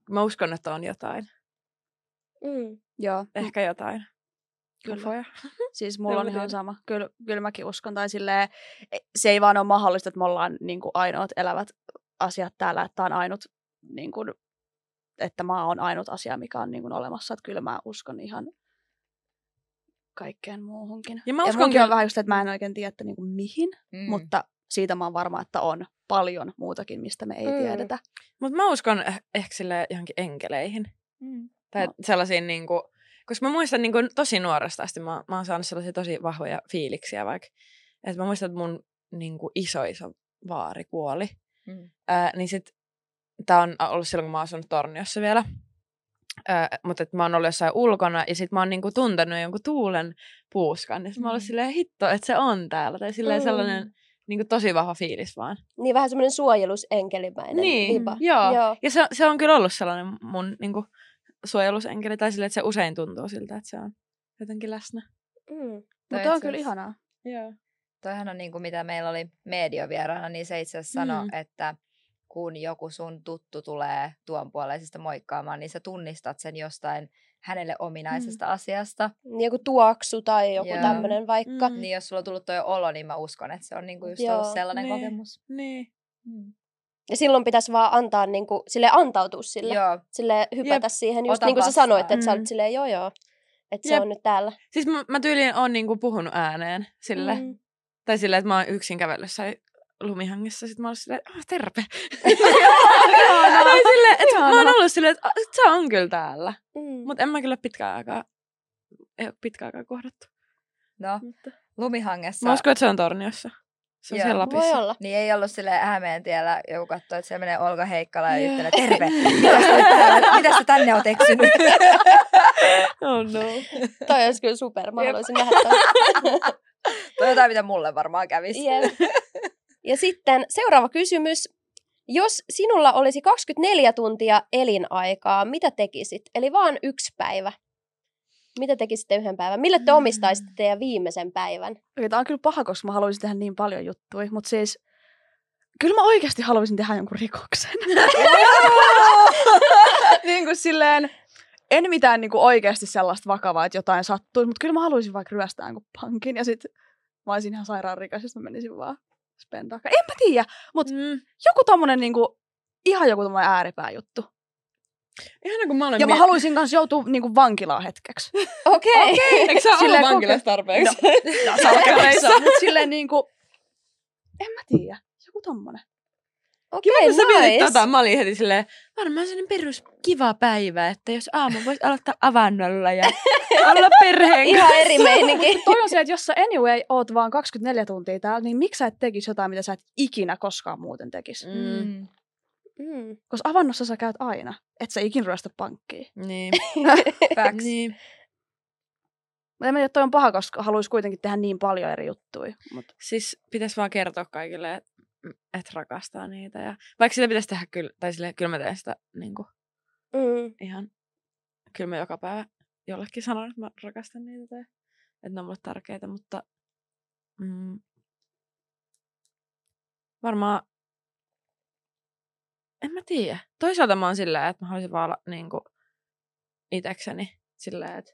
Speaker 4: mä uskon, että on jotain.
Speaker 1: Mm.
Speaker 3: Joo.
Speaker 4: Ehkä jotain.
Speaker 3: Kyllä.
Speaker 4: Ufoja.
Speaker 3: Siis mulla
Speaker 4: Joo,
Speaker 3: on
Speaker 4: mä
Speaker 3: ihan
Speaker 4: tiedän.
Speaker 3: sama. Kyllä, kyllä mäkin uskon. Tai silleen, e- se ei vaan ole mahdollista, että me ollaan niin kuin ainoat elävät asiat täällä. Että tää on ainut, niin kuin, että mä oon ainut asia, mikä on niin kuin olemassa. Että kyllä mä uskon ihan kaikkeen muuhunkin.
Speaker 4: Ja mä
Speaker 3: Mä
Speaker 4: uskon kyllä,
Speaker 3: on vähän just, että mä en oikein tiedä, että niin kuin mihin.
Speaker 2: Mm.
Speaker 3: Mm. Mutta siitä mä oon varma, että on paljon muutakin, mistä me ei
Speaker 1: Mm.
Speaker 3: mm. tiedetä.
Speaker 4: mut mä uskon eh- ehkä sille johonkin enkeleihin.
Speaker 3: Mm.
Speaker 4: Tai
Speaker 3: No.
Speaker 4: sellaisiin niinku, koska mä muistan niinku tosi nuoresta asti, mä, mä oon saanut sellaisia tosi vahvoja fiiliksiä vaikka. Että mä muistan, että mun niinku iso iso vaari kuoli.
Speaker 2: Mm.
Speaker 4: Ää, niin sit, tää on ollut silloin, kun mä oon asunut Torniossa vielä. Ää, mutta että mä oon ollut jossain ulkona ja sit mä oon niinku tuntenut jonkun tuulen puuskan. Ja sit mä oon ollut
Speaker 2: Mm.
Speaker 4: silleen hitto, että se on täällä. Tai silleen
Speaker 1: Mm.
Speaker 4: sellainen niinku tosi vahva fiilis vaan.
Speaker 1: Niin vähän semmoinen suojelusenkelimäinen
Speaker 4: Niin,
Speaker 1: vipa.
Speaker 4: joo.
Speaker 1: joo.
Speaker 4: Ja se, se on kyllä ollut sellainen mun niin kuin, suojelusenkeli, tai silleen, että se usein tuntuu siltä, että se on jotenkin läsnä.
Speaker 1: Mm.
Speaker 2: Toi
Speaker 3: Mutta on
Speaker 2: itse
Speaker 3: kyllä
Speaker 2: asiassa-
Speaker 3: ihanaa.
Speaker 4: Joo.
Speaker 2: Toihan on niin kuin mitä meillä oli mediovieraana, niin se itse asiassa sanoi,
Speaker 4: Mm.
Speaker 2: että kun joku sun tuttu tulee tuon puoleisesta moikkaamaan, niin sä tunnistat sen jostain hänelle
Speaker 4: Mm.
Speaker 2: ominaisesta asiasta.
Speaker 1: Niin Joku tuoksu tai joku
Speaker 2: Joo.
Speaker 1: tämmöinen vaikka.
Speaker 4: Mm.
Speaker 1: Mm.
Speaker 2: Niin jos sulla on tullut toi olo, niin mä uskon, että se on niin kuin just
Speaker 1: Joo,
Speaker 2: ollut sellainen
Speaker 4: niin.
Speaker 2: kokemus.
Speaker 4: Niin.
Speaker 2: Mm.
Speaker 1: Ja silloin pitäisi vaan antaa niinku, sille antautua sille.
Speaker 2: Joo,
Speaker 1: Sille hypätä Jep. siihen, just
Speaker 2: Ota
Speaker 1: niin kuin sä
Speaker 2: vastaan.
Speaker 1: sanoit, että sä olet
Speaker 4: Mm.
Speaker 1: silleen joo joo. Että se
Speaker 4: Jep.
Speaker 1: on nyt täällä.
Speaker 4: Siis mä, mä tyyliin oon niin kuin, puhunut ääneen sille. Mm.
Speaker 1: Mm.
Speaker 4: Tai sille, että mä oon yksin kävelyssä lumihangessa, sit mä oon ollut silleen, ah, terve.
Speaker 3: Ihanaa.
Speaker 4: tai silleen, että mä oon
Speaker 3: Ihanaa.
Speaker 4: ollut silleen, että "Ah, se on kyllä täällä.
Speaker 1: Mm.
Speaker 4: Mutta en mä kyllä pitkään aikaa, ei oo pitkään aikaa kohdattu.
Speaker 2: no
Speaker 4: Mutta.
Speaker 2: lumihangessa.
Speaker 4: Mä uskon, että se on Torniossa. Se on
Speaker 2: Joo.
Speaker 4: siellä
Speaker 1: Voi
Speaker 4: Lapissa.
Speaker 1: olla.
Speaker 2: Niin ei ollut sille Hämeentiellä, joku katsoi, että se menee Olga Heikkala ja
Speaker 4: Joo.
Speaker 2: juttelee, terve, mitä sä, olet täällä? mitä sä tänne oot eksynyt?
Speaker 4: Oh no.
Speaker 1: Toi olisi kyllä super. Mä
Speaker 2: Jep.
Speaker 1: haluaisin nähdä ton.
Speaker 2: Toi on jotain, mitä mulle varmaan kävisi.
Speaker 1: Jep. Ja sitten seuraava kysymys. Jos sinulla olisi 24 tuntia elinaikaa, mitä tekisit? Eli vaan yksi päivä. Mitä tekisitte yhden päivän? Mille te
Speaker 3: Mm.
Speaker 1: omistaisitte teidän viimeisen päivän?
Speaker 3: Okei, tää on kyllä paha, koska mä haluaisin tehdä niin paljon juttuja, mutta siis kyllä mä oikeasti haluaisin tehdä jonkun rikoksen. niin kuin silleen, en mitään niin kuin oikeasti sellaista vakavaa, että jotain sattuu, mutta kyllä mä haluaisin vaikka ryöstää jonkun pankin ja sit mä olisin ihan sairaan rikas, jos mä menisin vaan spendaa. En mä tiedä, mutta mm. joku tommonen niin kuin, ihan joku tommonen ääripää juttu.
Speaker 4: Ihan kun mä olen
Speaker 3: Ja mä haluaisin kanssa joutua niin kuin vankilaan hetkeksi.
Speaker 1: Okei. Okay.
Speaker 4: Eikö sä ollut
Speaker 3: Silleen koke-
Speaker 4: vankilassa tarpeeksi?
Speaker 3: No, salkkareissa. Mutta silleen niinku, en mä tiedä, joku tommonen.
Speaker 1: Okei,
Speaker 4: Kiva, kun sä mietit
Speaker 1: nice.
Speaker 4: tota. Mä olin heti silleen, varmaan sellainen perus kiva päivä, että jos aamu voisi aloittaa avannolla ja olla perheen kanssa.
Speaker 1: Ihan eri meininki.
Speaker 3: Toi on se, että jos sä anyway oot vaan 24 tuntia täällä, niin miksi sä et tekisi jotain, mitä sä et ikinä koskaan muuten tekisi? Mm.
Speaker 4: Mm,
Speaker 1: Mm.
Speaker 3: Koska avannossa sä käyt aina, et sä ikin ryöstä pankkiin.
Speaker 4: niin,
Speaker 2: Facts.
Speaker 4: niin.
Speaker 3: Mutta en mä tiedä, toi on paha, koska haluaisi kuitenkin tehdä niin paljon eri juttuja. Mut.
Speaker 4: Siis pitäisi vaan kertoa kaikille, että et rakastaa niitä. Ja, vaikka sitä pitäisi tehdä kyllä, tai silleen, kyllä mä teen sitä niin kuin,
Speaker 1: Mm.
Speaker 4: ihan, kyllä mä joka päivä jollekin sanon, että mä rakastan niitä tai että ne on mulle tärkeitä, mutta mm, varmaan en mä tiedä. Toisaalta mä oon silleen, että mä haluaisin vaan olla niin kuin, itekseni silleen, että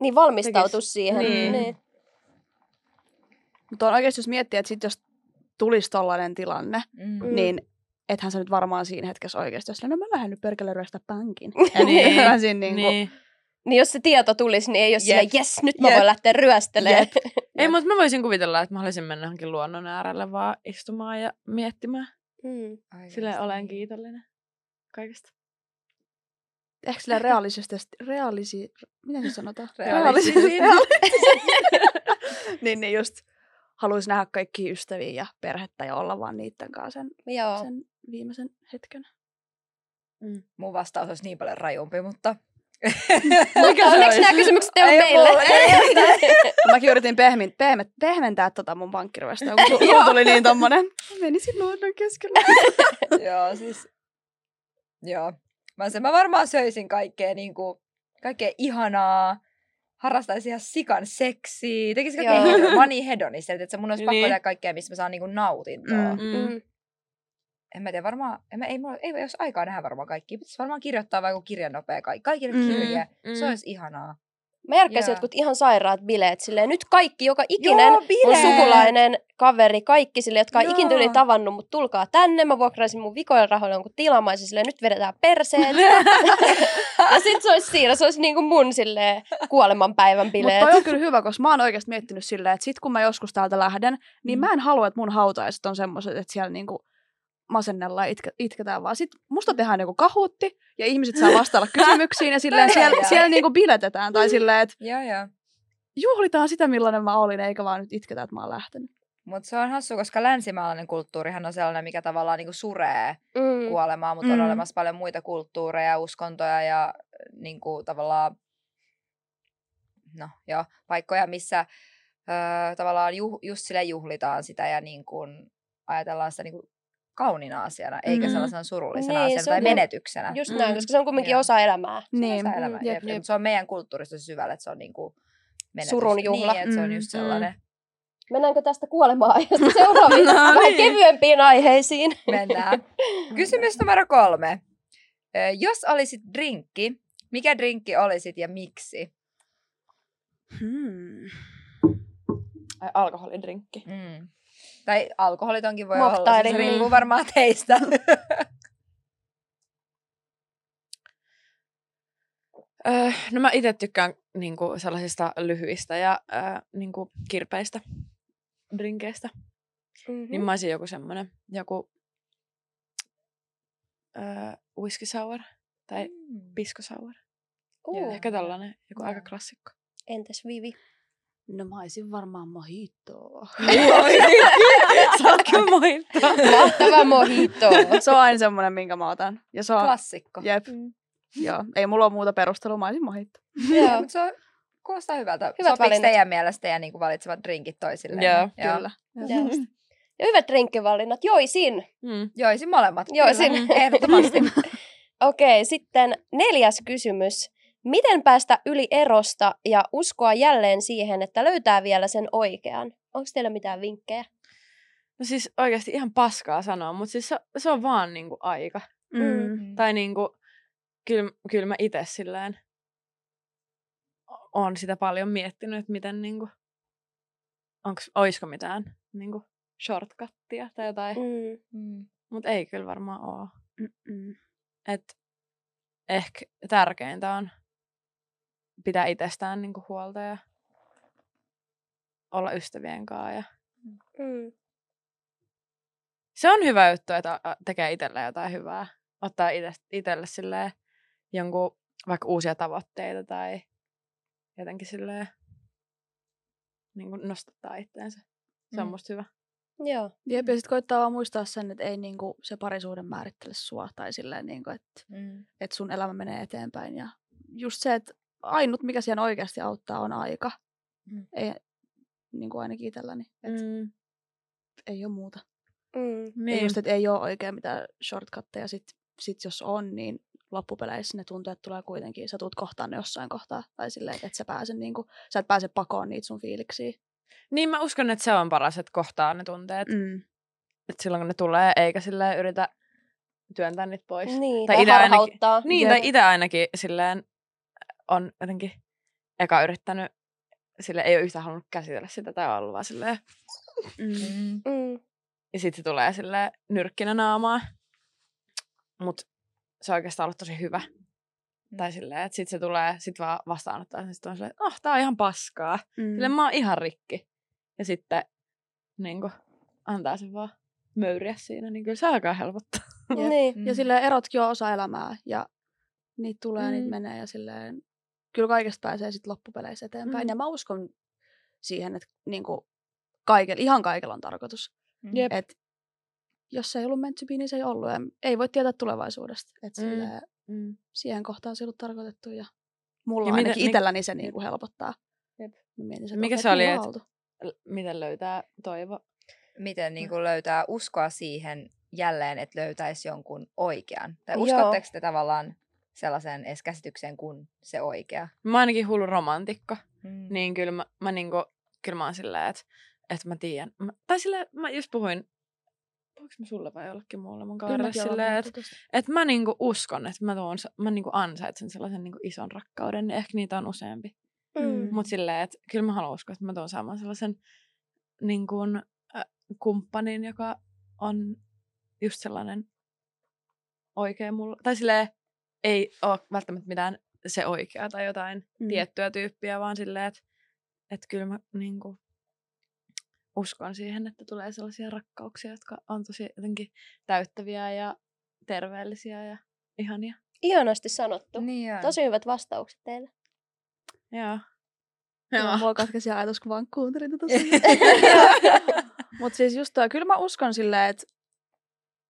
Speaker 1: Niin valmistautu
Speaker 4: Tekis-
Speaker 1: siihen.
Speaker 4: Niin.
Speaker 1: Niin.
Speaker 3: Mutta on oikeasti, jos miettii, että sit jos tulisi tollainen tilanne,
Speaker 2: Mm.
Speaker 1: Mm.
Speaker 3: mm. niin ethän sä nyt varmaan siinä hetkessä oikeasti, jos no mä lähden nyt perkele ryöstä pankin.
Speaker 4: Niin.
Speaker 3: Niin. Niin, niin, niin.
Speaker 4: niin.
Speaker 1: Niin jos se tieto tulisi, niin ei ole silleen, jes, nyt mä
Speaker 4: Jep.
Speaker 1: voin lähteä ryöstelemään.
Speaker 4: Ei, mutta mä voisin kuvitella, että mä haluaisin mennä johonkin luonnon äärelle vaan istumaan ja miettimään.
Speaker 1: Mm.
Speaker 2: Oikeesti.
Speaker 4: Sille olen kiitollinen kaikesta.
Speaker 3: Ehkä sillä realisesti, realisi, miten se sanotaan?
Speaker 2: Realistisesti.
Speaker 3: Realistisesti. niin, niin just haluaisi nähdä kaikki ystäviä ja perhettä ja olla vaan niiden kanssa sen,
Speaker 1: Joo.
Speaker 3: sen viimeisen hetken.
Speaker 2: Mun vastaus olisi niin paljon rajumpi, mutta...
Speaker 1: Mutta onneksi nämä kysymykset ei ole
Speaker 2: Ei
Speaker 1: meille.
Speaker 2: mulle, ei
Speaker 3: Mäkin yritin pehmin, pehme, pehmentää tota mun pankkiryöstöä, kun su- sulla tuli niin tommonen. Menisin luonnon keskellä.
Speaker 2: joo, siis... Joo. Mä, se, mä varmaan söisin kaikkea, niin kuin, kaikkea ihanaa, harrastaisin ihan sikan seksiä, tekisin
Speaker 1: Joo.
Speaker 2: kaikkea hedon, mä oon niin hedonista, että mun olisi pakko
Speaker 4: Niin.
Speaker 2: tehdä kaikkea, mistä mä saan niin kuin nautintoa.
Speaker 3: Mm.
Speaker 2: Mm.
Speaker 1: Mm.
Speaker 2: En mä tiedä, varmaan, en mä, ei, mulla, ei jos aikaa nähdä varmaan kaikki. Pitäisi varmaan kirjoittaa vaikka kirjan nopea kaikki, kaikille
Speaker 3: Mm.
Speaker 2: kirje. Se olisi ihanaa.
Speaker 1: Mä järkkäsin
Speaker 2: Joo.
Speaker 1: jotkut ihan sairaat bileet silleen, nyt kaikki, joka ikinen mun
Speaker 2: bileet!
Speaker 1: sukulainen, kaveri, kaikki sille, jotka on
Speaker 2: Joo.
Speaker 1: ikin tyli tavannut, mutta tulkaa tänne, mä vuokraisin mun vikoilla rahoilla jonkun tilamaisen silleen, nyt vedetään perseet. ja sit se olisi siinä, se olisi niinku mun silleen kuolemanpäivän
Speaker 3: Mutta
Speaker 1: bileet.
Speaker 3: toi on kyllä hyvä, koska mä oon oikeasti miettinyt silleen, että sit kun mä joskus täältä lähden, niin
Speaker 2: Mm.
Speaker 3: mä en halua, että mun hautajaiset on semmoiset, että siellä niinku masennellaan ja itke, itketään, vaan sit musta tehdään joku kahuutti ja ihmiset saa vastailla kysymyksiin ja silleen
Speaker 2: Todella.
Speaker 3: siellä, siellä niinku biletetään
Speaker 2: Mm.
Speaker 3: tai silleen, että
Speaker 2: Joo, joo.
Speaker 3: juhlitaan sitä, millainen mä olin, eikä vaan nyt itketään, että mä oon lähtenyt.
Speaker 2: Mutta se on hassu, koska länsimaalainen kulttuurihan on sellainen, mikä tavallaan niinku suree
Speaker 1: Mm.
Speaker 2: kuolemaa, mutta on
Speaker 3: Mm.
Speaker 2: olemassa paljon muita kulttuureja, uskontoja ja niinku, tavallaan no, joo, paikkoja, missä ö, tavallaan ju, just sille juhlitaan sitä ja niinku, ajatellaan sitä niinku, kaunina asiana, eikä
Speaker 3: Mm.
Speaker 2: sellaisena surullisena
Speaker 1: Niin,
Speaker 2: asiana
Speaker 1: se on
Speaker 2: tai
Speaker 1: ju-
Speaker 2: menetyksenä.
Speaker 1: Just
Speaker 4: Mm.
Speaker 1: näin, koska se on kumminkin
Speaker 2: Joo.
Speaker 1: osa elämää.
Speaker 3: Niin.
Speaker 2: Niin. Sitä elämää.
Speaker 1: Mm,
Speaker 2: Jep,
Speaker 1: jep,
Speaker 2: jep.
Speaker 1: jep.
Speaker 2: Se on meidän kulttuurissa syvällä, että se on niinku menetys.
Speaker 1: Surun juhla.
Speaker 2: Niin, että se on
Speaker 3: Mm,
Speaker 2: just
Speaker 4: mm.
Speaker 2: sellainen.
Speaker 1: Mennäänkö tästä kuolema-aiheesta seuraaviin
Speaker 4: No
Speaker 1: vähän
Speaker 4: niin.
Speaker 1: kevyempiin aiheisiin?
Speaker 2: Mennään. Kysymys numero kolme. Ö, Jos olisit drinkki, mikä drinkki olisit ja miksi?
Speaker 3: Hmm.
Speaker 4: Ai, alkoholidrinkki.
Speaker 2: Mm. Tai alkoholitonkin voi olla,
Speaker 1: Mocktaili.
Speaker 2: siis riippuu
Speaker 1: Mm.
Speaker 2: varmaan teistä.
Speaker 4: Öö, no mä itse tykkään niinku, sellaisista lyhyistä ja öö, niinku, kirpeistä drinkeistä. Niin
Speaker 1: Mm-hmm.
Speaker 4: mä olisin joku semmonen, joku öö, whisky sour tai
Speaker 2: Mm.
Speaker 4: pisco sour.
Speaker 2: Joo.
Speaker 4: Ehkä tällainen, joku aika
Speaker 2: Joo.
Speaker 4: klassikko.
Speaker 1: Entäs Vivi?
Speaker 3: No mä oisin varmaan mojitoa.
Speaker 4: niin Saatko moittaa?
Speaker 1: Mahtava mojito.
Speaker 3: se on aina semmoinen, minkä mä otan. Ja se on,
Speaker 2: Klassikko.
Speaker 3: jep. Joo, ei mulla ole muuta perustelua, mä oisin mojittoa.
Speaker 1: Joo.
Speaker 2: Mutta se on, kuulostaa hyvältä.
Speaker 1: Hyvät
Speaker 2: Sopiiko
Speaker 1: valinnat.
Speaker 2: teidän mielestä ja niinku valitsevat drinkit toisilleen?
Speaker 4: Joo,
Speaker 3: Kyllä.
Speaker 1: Joo. Ja hyvät drinkkivalinnat, joisin.
Speaker 4: Mm.
Speaker 2: Joisin molemmat.
Speaker 1: Joisin.
Speaker 2: Kyllä, Ehdottomasti.
Speaker 1: Okei, sitten neljäs kysymys. Miten päästä yli erosta ja uskoa jälleen siihen, että löytää vielä sen oikean? Onko teillä mitään vinkkejä?
Speaker 4: No siis oikeasti ihan paskaa sanoa, mutta siis se, se on vaan niinku aika.
Speaker 1: Mm.
Speaker 2: Mm.
Speaker 4: Tai niinku, kyllä, kyllä mä itse silleen on sitä paljon miettinyt, että miten niinku, onks, oisko mitään niinku shortcuttia tai jotain. Mm.
Speaker 1: Mm.
Speaker 2: Mm.
Speaker 4: Mutta ei kyllä varmaan oo.
Speaker 3: Mm-mm.
Speaker 4: Et ehkä tärkeintä on pitää itsestään niinku huolta ja olla ystävien kanssa. Ja
Speaker 1: Mm.
Speaker 4: se on hyvä juttu, että a- tekee itselle jotain hyvää. Ottaa itse- itselle silleen jonkun vaikka uusia tavoitteita tai jotenkin silleen niin kuin nostattaa itteensä. Se on
Speaker 2: Mm.
Speaker 4: musta hyvä.
Speaker 1: Joo.
Speaker 3: Jep, ja sitten koittaa vaan muistaa sen, että ei niinku se parisuuden määrittele sua tai silleen, niinku, että
Speaker 2: Mm.
Speaker 3: et sun elämä menee eteenpäin. Ja just se, että ainut mikä siihen oikeasti auttaa on aika.
Speaker 2: Mm.
Speaker 3: Ei, niinku ainakin itselläni, että
Speaker 4: Mm,
Speaker 3: ei ole muuta.
Speaker 1: Mm.
Speaker 3: Niin.
Speaker 4: niin.
Speaker 3: Just, että ei ole oikein mitään shortcutteja. Sitten sit jos on, niin loppupeleissä ne tunteet tulee kuitenkin. Sä tuut kohtaan ne jossain kohtaa. Tai silleen, että et sä, pääse, niin kuin, sä et pääse pakoon niitä sun fiiliksiä.
Speaker 4: niin mä uskon, että se on paras, että kohtaa ne tunteet. Mm.
Speaker 3: Mm.
Speaker 4: Että silloin kun ne tulee, eikä silleen yritä työntää niitä pois.
Speaker 1: Niin,
Speaker 4: Tai
Speaker 1: tai,
Speaker 4: ide
Speaker 1: tai
Speaker 4: ainakin-
Speaker 1: harhauttaa.
Speaker 4: Niin, tai itse ainakin silleen on jotenkin eka yrittänyt, sille ei ole yhtään halunnut käsitellä sitä tai olla vaan silleen.
Speaker 3: Mm.
Speaker 2: Mm.
Speaker 1: Mm.
Speaker 4: Ja sitten se tulee silleen nyrkkinä naamaa. Mutta se on oikeastaan ollut tosi hyvä. Tai silleen, että sitten se tulee, sit vaan vastaanottaa sen, sit on silleen, että oh, tää on ihan paskaa. Mm. Silleen
Speaker 3: Mm.
Speaker 4: mä oon ihan rikki. Ja sitten niinku, antaa sen vaan möyriä siinä, niin kyllä se alkaa helpottaa.
Speaker 3: Jep.
Speaker 1: Niin.
Speaker 2: Mm.
Speaker 3: Ja silleen erotkin on osa elämää. Ja niitä tulee, mm. niitä
Speaker 4: Mm.
Speaker 3: menee. Ja silleen, kyllä kaikesta pääsee sitten loppupeleissä eteenpäin.
Speaker 4: Mm.
Speaker 3: Mm. Ja mä uskon siihen, että niin kuin, kaikel, ihan kaikella on tarkoitus.
Speaker 2: Mm.
Speaker 4: Jep.
Speaker 3: Et, jos se ei ollut meant to be, niin se ei ollut. Ja ei voi tietää tulevaisuudesta. Et
Speaker 4: Mm.
Speaker 3: silleen,
Speaker 4: Mm.
Speaker 3: siihen kohtaan se ei ollut tarkoitettu ja mulla
Speaker 4: Ja
Speaker 3: ja
Speaker 4: mitä-
Speaker 3: ainakin
Speaker 4: mi-
Speaker 3: itselläni se niinku helpottaa.
Speaker 4: Jep.
Speaker 3: Mä mietin, että
Speaker 4: Mikä
Speaker 3: okei,
Speaker 4: se oli,
Speaker 3: kiva
Speaker 4: et-
Speaker 3: oltu.
Speaker 4: L- Miten löytää toivo?
Speaker 2: Miten niin kuin löytää uskoa siihen jälleen, että löytäisi jonkun oikean? Tai
Speaker 1: Joo.
Speaker 2: uskotteko te tavallaan sellaiseen edes käsitykseen kuin se oikea?
Speaker 4: Mä oon ainakin hullu romantikko.
Speaker 2: Mm.
Speaker 4: Niin kyllä mä, mä, niinku, kyllä mä oon silleen, että et mä tiedän. Mä, tai silleen, mä just puhuin, puhuinko mä sulle vai jollekin muulle mun
Speaker 3: Kyllä
Speaker 4: kaverille
Speaker 3: mäkin olen
Speaker 4: silleen, että
Speaker 3: alkanut tutustua.
Speaker 4: et mä niinku uskon, että mä, tuon, se- mä niinku ansaitsen sellaisen niinku ison rakkauden. ja Ehkä niitä on useampi.
Speaker 1: Mm.
Speaker 4: Mutta silleen, että kyllä mä haluan uskoa, että mä tuon saamaan sellaisen niinku, äh, kumppanin, joka on just sellainen oikea mulla. Tai silleen, ei ole välttämättä mitään se oikea tai jotain
Speaker 3: Mm.
Speaker 4: tiettyä tyyppiä, vaan silleen, että et kyllä mä niinku, uskon siihen, että tulee sellaisia rakkauksia, jotka on tosi jotenkin täyttäviä ja terveellisiä ja ihania.
Speaker 1: Ihanasti sanottu. Niin.
Speaker 2: Niin on.
Speaker 1: Tosi hyvät vastaukset teillä.
Speaker 4: Joo.
Speaker 3: Joo, Mulla katkesi ajatus, kun vaan kuuntelin tätä Mutta siis just toi, kyllä mä uskon silleen, että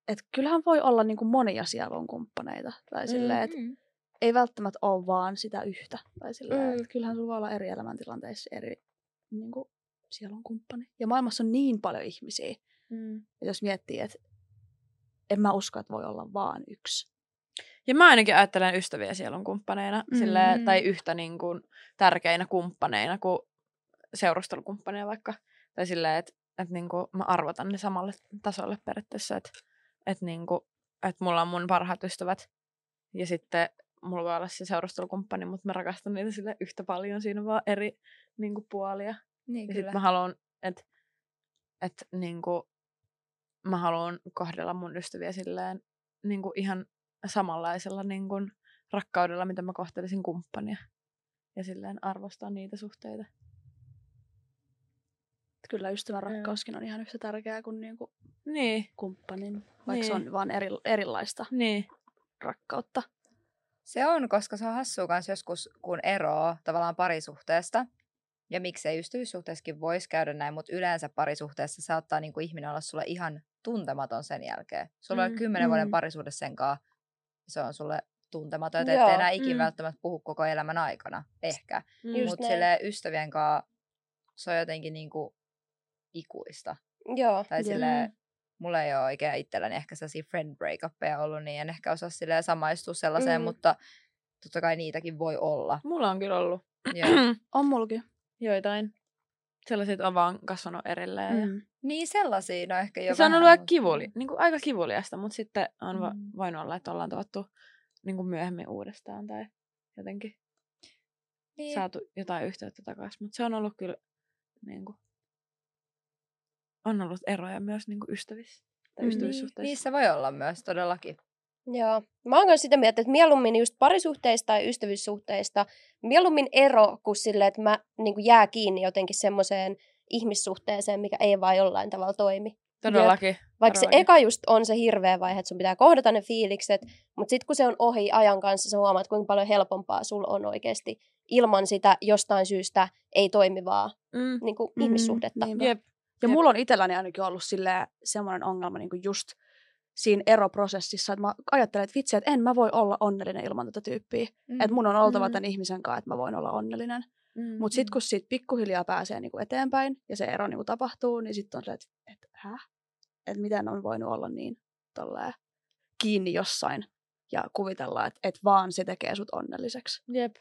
Speaker 3: et kyllähän voi olla niinku monia sielun kumppaneita. Tai silleen, että
Speaker 2: Mm.
Speaker 3: ei välttämättä ole vaan sitä yhtä. Tai silleen,
Speaker 1: Mm.
Speaker 3: mm. että kyllähän sulla voi olla eri elämäntilanteissa eri niinku, sielun kumppani. Ja maailmassa on niin paljon ihmisiä.
Speaker 4: Mm.
Speaker 3: Et jos miettii, että en mä usko, että voi olla vaan yksi.
Speaker 4: Ja mä ainakin ajattelen ystäviä sielun kumppaneina, mm. sille,
Speaker 2: Mm.
Speaker 4: tai yhtä niin kuin, tärkeinä kumppaneina kuin seurustelukumppaneina vaikka. Tai silleen, että et, niin kuin, mä arvotan ne samalle tasolle periaatteessa, että et, niin kuin, et mulla on mun parhaat ystävät ja sitten mulla voi olla se seurustelukumppani, mutta mä rakastan niitä sille yhtä paljon, siinä on vaan eri niin kuin, puolia.
Speaker 2: Niin
Speaker 4: Ja sitten
Speaker 2: kyllä.
Speaker 4: mä haluan, että et, niinku, mä haluan kohdella mun ystäviä silleen niinku, ihan samanlaisella niinku, rakkaudella, mitä mä kohtelisin kumppania. Ja silleen arvostaa niitä suhteita.
Speaker 3: Kyllä ystävän rakkauskin on ihan yhtä tärkeää kuin niinku
Speaker 4: Niin,
Speaker 3: kumppanin, vaikka niin. se
Speaker 4: Niin.
Speaker 3: on vaan eri, erilaista
Speaker 4: niin.
Speaker 3: rakkautta.
Speaker 2: Se on, koska se on hassua myös joskus, kun eroaa tavallaan parisuhteesta. Ja miksei ystävyyssuhteessakin voisi käydä näin, mutta yleensä parisuhteessa saattaa niin kuin ihminen olla sulle ihan tuntematon sen jälkeen. Sulla on
Speaker 4: Mm,
Speaker 2: kymmenen vuoden
Speaker 3: mm.
Speaker 2: parisuhde sen kanssa, se on sulle tuntematon, joten
Speaker 1: Joo,
Speaker 2: ettei enää ikinä
Speaker 4: mm.
Speaker 2: mm. välttämättä puhu koko elämän aikana, ehkä.
Speaker 4: Mm.
Speaker 1: Just
Speaker 2: Mutta
Speaker 1: näin.
Speaker 2: sille ystävien kanssa se on jotenkin niin kuin niinku ikuista.
Speaker 1: Joo.
Speaker 2: Tai
Speaker 3: Joo.
Speaker 2: silleen, mulla ei ole oikein itselläni ehkä sellaisia friend breakuppeja ollut, niin en ehkä osaa silleen samaistua sellaiseen,
Speaker 1: Mm.
Speaker 2: mutta totta kai niitäkin voi olla.
Speaker 4: Mulla on kyllä ollut
Speaker 2: Ja,
Speaker 3: On mulki.
Speaker 4: joitain. Sellaiset on vaan kasvanut erilleen. Mm.
Speaker 3: Mm.
Speaker 2: niin sellaisia, no ehkä jo
Speaker 4: Se on
Speaker 2: vähän,
Speaker 4: ollut aika,
Speaker 2: mutta-
Speaker 4: kivuli, niin kuin aika kivuliasta, mutta sitten on va-
Speaker 2: Mm.
Speaker 4: voinut olla, että ollaan tavattu niin kuin myöhemmin uudestaan tai jotenkin
Speaker 2: Niin.
Speaker 4: saatu jotain yhteyttä takaisin. Mutta se on ollut kyllä, niin kuin, on ollut eroja myös niin kuin ystävissä tai
Speaker 3: Mm.
Speaker 4: ystävyyssuhteissa.
Speaker 2: Niissä Niin voi olla myös todellakin.
Speaker 1: Joo. Mä oon kanssa sitä mieltä, että mieluummin just parisuhteista tai ystävyyssuhteista, mieluummin ero kuin silleen, että mä niin kuin jää kiinni jotenkin semmoiseen ihmissuhteeseen, mikä ei vaan jollain tavalla toimi.
Speaker 4: Todellakin.
Speaker 1: Vaikka se
Speaker 4: Todellakin.
Speaker 1: eka just on se hirveä vaihe, että sun pitää kohdata ne fiilikset, mutta sitten kun se on ohi ajan kanssa, sä huomaat, kuinka paljon helpompaa sulla on oikeasti ilman sitä jostain syystä ei toimivaa
Speaker 4: Mm.
Speaker 1: niin kuin
Speaker 3: Mm,
Speaker 1: ihmissuhdetta.
Speaker 3: niinpä.
Speaker 4: Jep.
Speaker 3: Ja
Speaker 4: Jep.
Speaker 3: mulla on itselläni ainakin ollut sille semmoinen ongelma niin kuin just siinä eroprosessissa, että mä ajattelen, että vitsi, että en mä voi olla onnellinen ilman tätä tyyppiä. Mm. Että mun on oltava
Speaker 2: Mm.
Speaker 3: tämän ihmisen kanssa, että mä voin olla onnellinen.
Speaker 4: Mm.
Speaker 3: Mutta sitten kun siitä pikkuhiljaa pääsee niinku eteenpäin ja se ero niinku tapahtuu, niin sitten on se, että et, häh? Että miten on voinut olla niin tolleen kiinni jossain ja kuvitella, että et vaan se tekee sut onnelliseksi.
Speaker 4: Jep.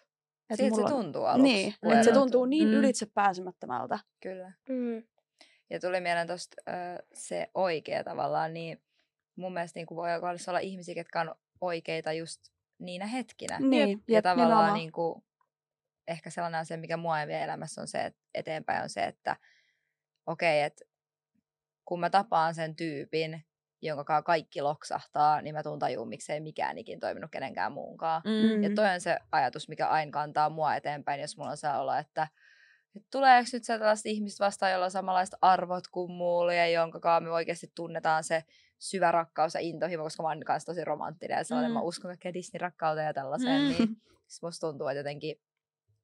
Speaker 3: Et
Speaker 2: Siltä se
Speaker 3: mulla on-
Speaker 2: tuntuu aluksi.
Speaker 3: Niin,
Speaker 2: kun
Speaker 3: että se
Speaker 2: erotuu.
Speaker 3: tuntuu niin
Speaker 4: Mm.
Speaker 3: mm. ylitse pääsemättömältä.
Speaker 2: Kyllä.
Speaker 1: Mm.
Speaker 2: Ja tuli mieleen tuosta se oikea tavallaan, niin mun mielestä niin kuin voi olla ihmisiä, ketkä on oikeita just niinä hetkinä.
Speaker 3: Niin,
Speaker 2: Ja
Speaker 3: jep,
Speaker 2: tavallaan
Speaker 3: nimenomaan.
Speaker 2: niin kuin, ehkä sellainen asia, mikä mua ei vie elämässä on se, että eteenpäin on se, että okei, okay, että kun mä tapaan sen tyypin, jonka kanssa kaikki loksahtaa, niin mä tuun tajuun, miksei mikään ikin toiminut kenenkään muunkaan.
Speaker 4: Mm.
Speaker 2: Ja
Speaker 3: Mm.
Speaker 2: toi on se ajatus, mikä aina kantaa mua eteenpäin, jos mulla on se olo, että, että tuleeko nyt sellaiset ihmiset vastaan, joilla on samanlaiset arvot kuin mulla ja jonka kanssa me oikeasti tunnetaan se syvä rakkaus ja intohimo, koska mä oon kanssa tosi romanttinen ja sellainen,
Speaker 4: Mm.
Speaker 2: mm. mä uskon kaikkea Disney-rakkauteen ja tällaiseen, mm. niin siis musta tuntuu, että jotenkin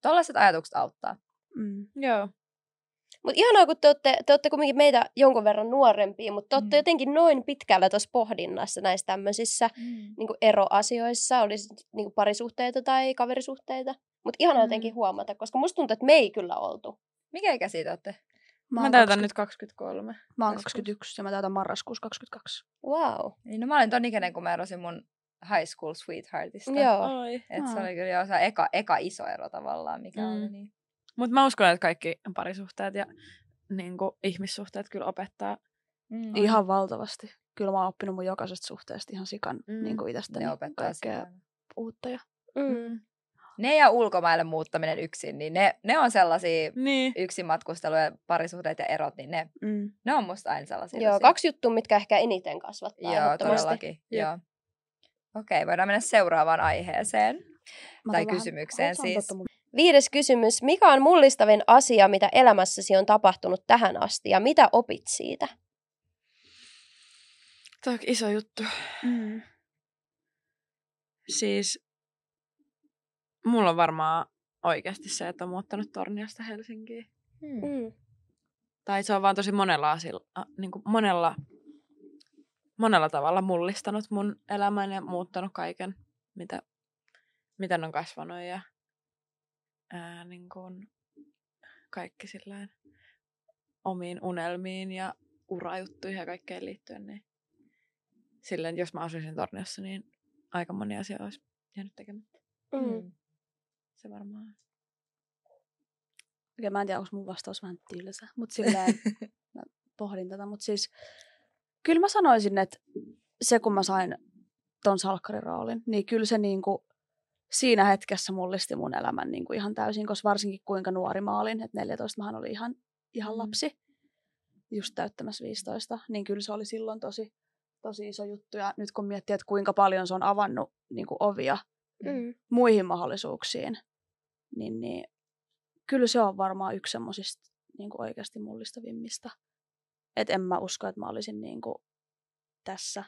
Speaker 2: tollaiset ajatukset auttaa.
Speaker 3: Mm.
Speaker 4: Joo.
Speaker 1: Mutta ihanaa, kun te olette, te olette kumminkin meitä jonkun verran nuorempia, mutta te olette
Speaker 2: Mm.
Speaker 1: jotenkin noin pitkällä tuossa pohdinnassa näissä tämmöisissä
Speaker 2: Mm.
Speaker 1: niin eroasioissa, olisi niin parisuhteita tai kaverisuhteita. Mutta ihanaa
Speaker 2: Mm.
Speaker 1: mm. jotenkin huomata, koska musta tuntuu, että me ei kyllä oltu.
Speaker 2: Mikä ikä siitä olette?
Speaker 3: Mä,
Speaker 4: Mä,
Speaker 3: oon
Speaker 4: täytän
Speaker 3: 20
Speaker 4: nyt 23.
Speaker 3: Mä oon
Speaker 4: tässä
Speaker 3: 21 ja mä täytän marraskuussa 22.
Speaker 1: Wow.
Speaker 2: Niin, no mä olin ton ikäinen, kun mä erosin mun high school sweetheartista.
Speaker 1: Joo.
Speaker 4: Oi.
Speaker 2: Et se
Speaker 3: Aa.
Speaker 2: oli kyllä jo se eka, eka iso ero tavallaan, mikä mm. oli
Speaker 4: Mm.
Speaker 2: niin.
Speaker 4: Mutta mä uskon, että kaikki parisuhteet ja niin kuin, ihmissuhteet kyllä opettaa.
Speaker 2: Mm.
Speaker 3: Ihan valtavasti. Kyllä mä oon oppinut mun jokaisesta suhteesta ihan sikan
Speaker 4: Mm.
Speaker 3: mm. niin kuin itsestäni
Speaker 2: Ne opettaa
Speaker 3: kaikkea
Speaker 2: sitä.
Speaker 3: uutta. Ja...
Speaker 1: Mm.
Speaker 2: Ne ja ulkomaille muuttaminen yksin, niin ne, ne on sellaisia
Speaker 4: Niin.
Speaker 2: yksin matkustelu ja parisuhteet ja erot, niin ne,
Speaker 3: Mm.
Speaker 2: ne on musta aina sellaisia.
Speaker 1: Joo,
Speaker 2: tosia-
Speaker 1: kaksi juttua, mitkä ehkä eniten kasvattaa
Speaker 2: Joo,
Speaker 1: ehdottomasti.
Speaker 2: todellakin.
Speaker 4: Jep.
Speaker 2: Joo. Okei, voidaan mennä seuraavaan aiheeseen.
Speaker 3: Mä
Speaker 2: Tai
Speaker 3: otan vähän-
Speaker 2: kysymykseen
Speaker 3: halutaan
Speaker 2: siis.
Speaker 3: totta mun-
Speaker 1: Viides kysymys. Mikä on mullistavin asia, mitä elämässäsi on tapahtunut tähän asti ja mitä opit siitä?
Speaker 4: Tämä on iso juttu.
Speaker 3: Mm.
Speaker 4: Siis mulla on varmaan oikeasti se, että on muuttanut Torniosta Helsinkiin.
Speaker 2: Hmm.
Speaker 1: Mm.
Speaker 4: Tai se on vaan tosi monella, asilla, niin kuin monella, monella tavalla mullistanut mun elämän ja muuttanut kaiken, mitä, miten on kasvanut ja ää, niin kuin kaikki sillään omiin unelmiin ja urajuttuihin ja kaikkeen liittyen. Niin silleen, jos mä asuisin Torniossa, niin aika moni asia olisi jäänyt tekemättä.
Speaker 1: Mm.
Speaker 2: Mm.
Speaker 4: Se varmaan.
Speaker 3: Okei, mä en tiedä, onko mun vastaus vähän tylsä, mutta silleen mä pohdin tätä. Mutta siis kyllä mä sanoisin, että se kun mä sain ton salkkariroolin, niin kyllä se niinku siinä hetkessä mullisti mun elämän niinku ihan täysin, koska varsinkin kuinka nuori mä olin, että 14 mähän oli ihan, ihan
Speaker 2: Mm.
Speaker 3: lapsi, just täyttämässä 15, niin kyllä se oli silloin tosi, tosi iso juttu. Ja nyt kun miettii, että kuinka paljon se on avannut niinku ovia
Speaker 1: Mm.
Speaker 3: muihin mahdollisuuksiin, niin, niin kyllä se on varmaan yksi semmoisista niin oikeasti mullistavimmista. Et en mä usko, että mä olisin niin kuin tässä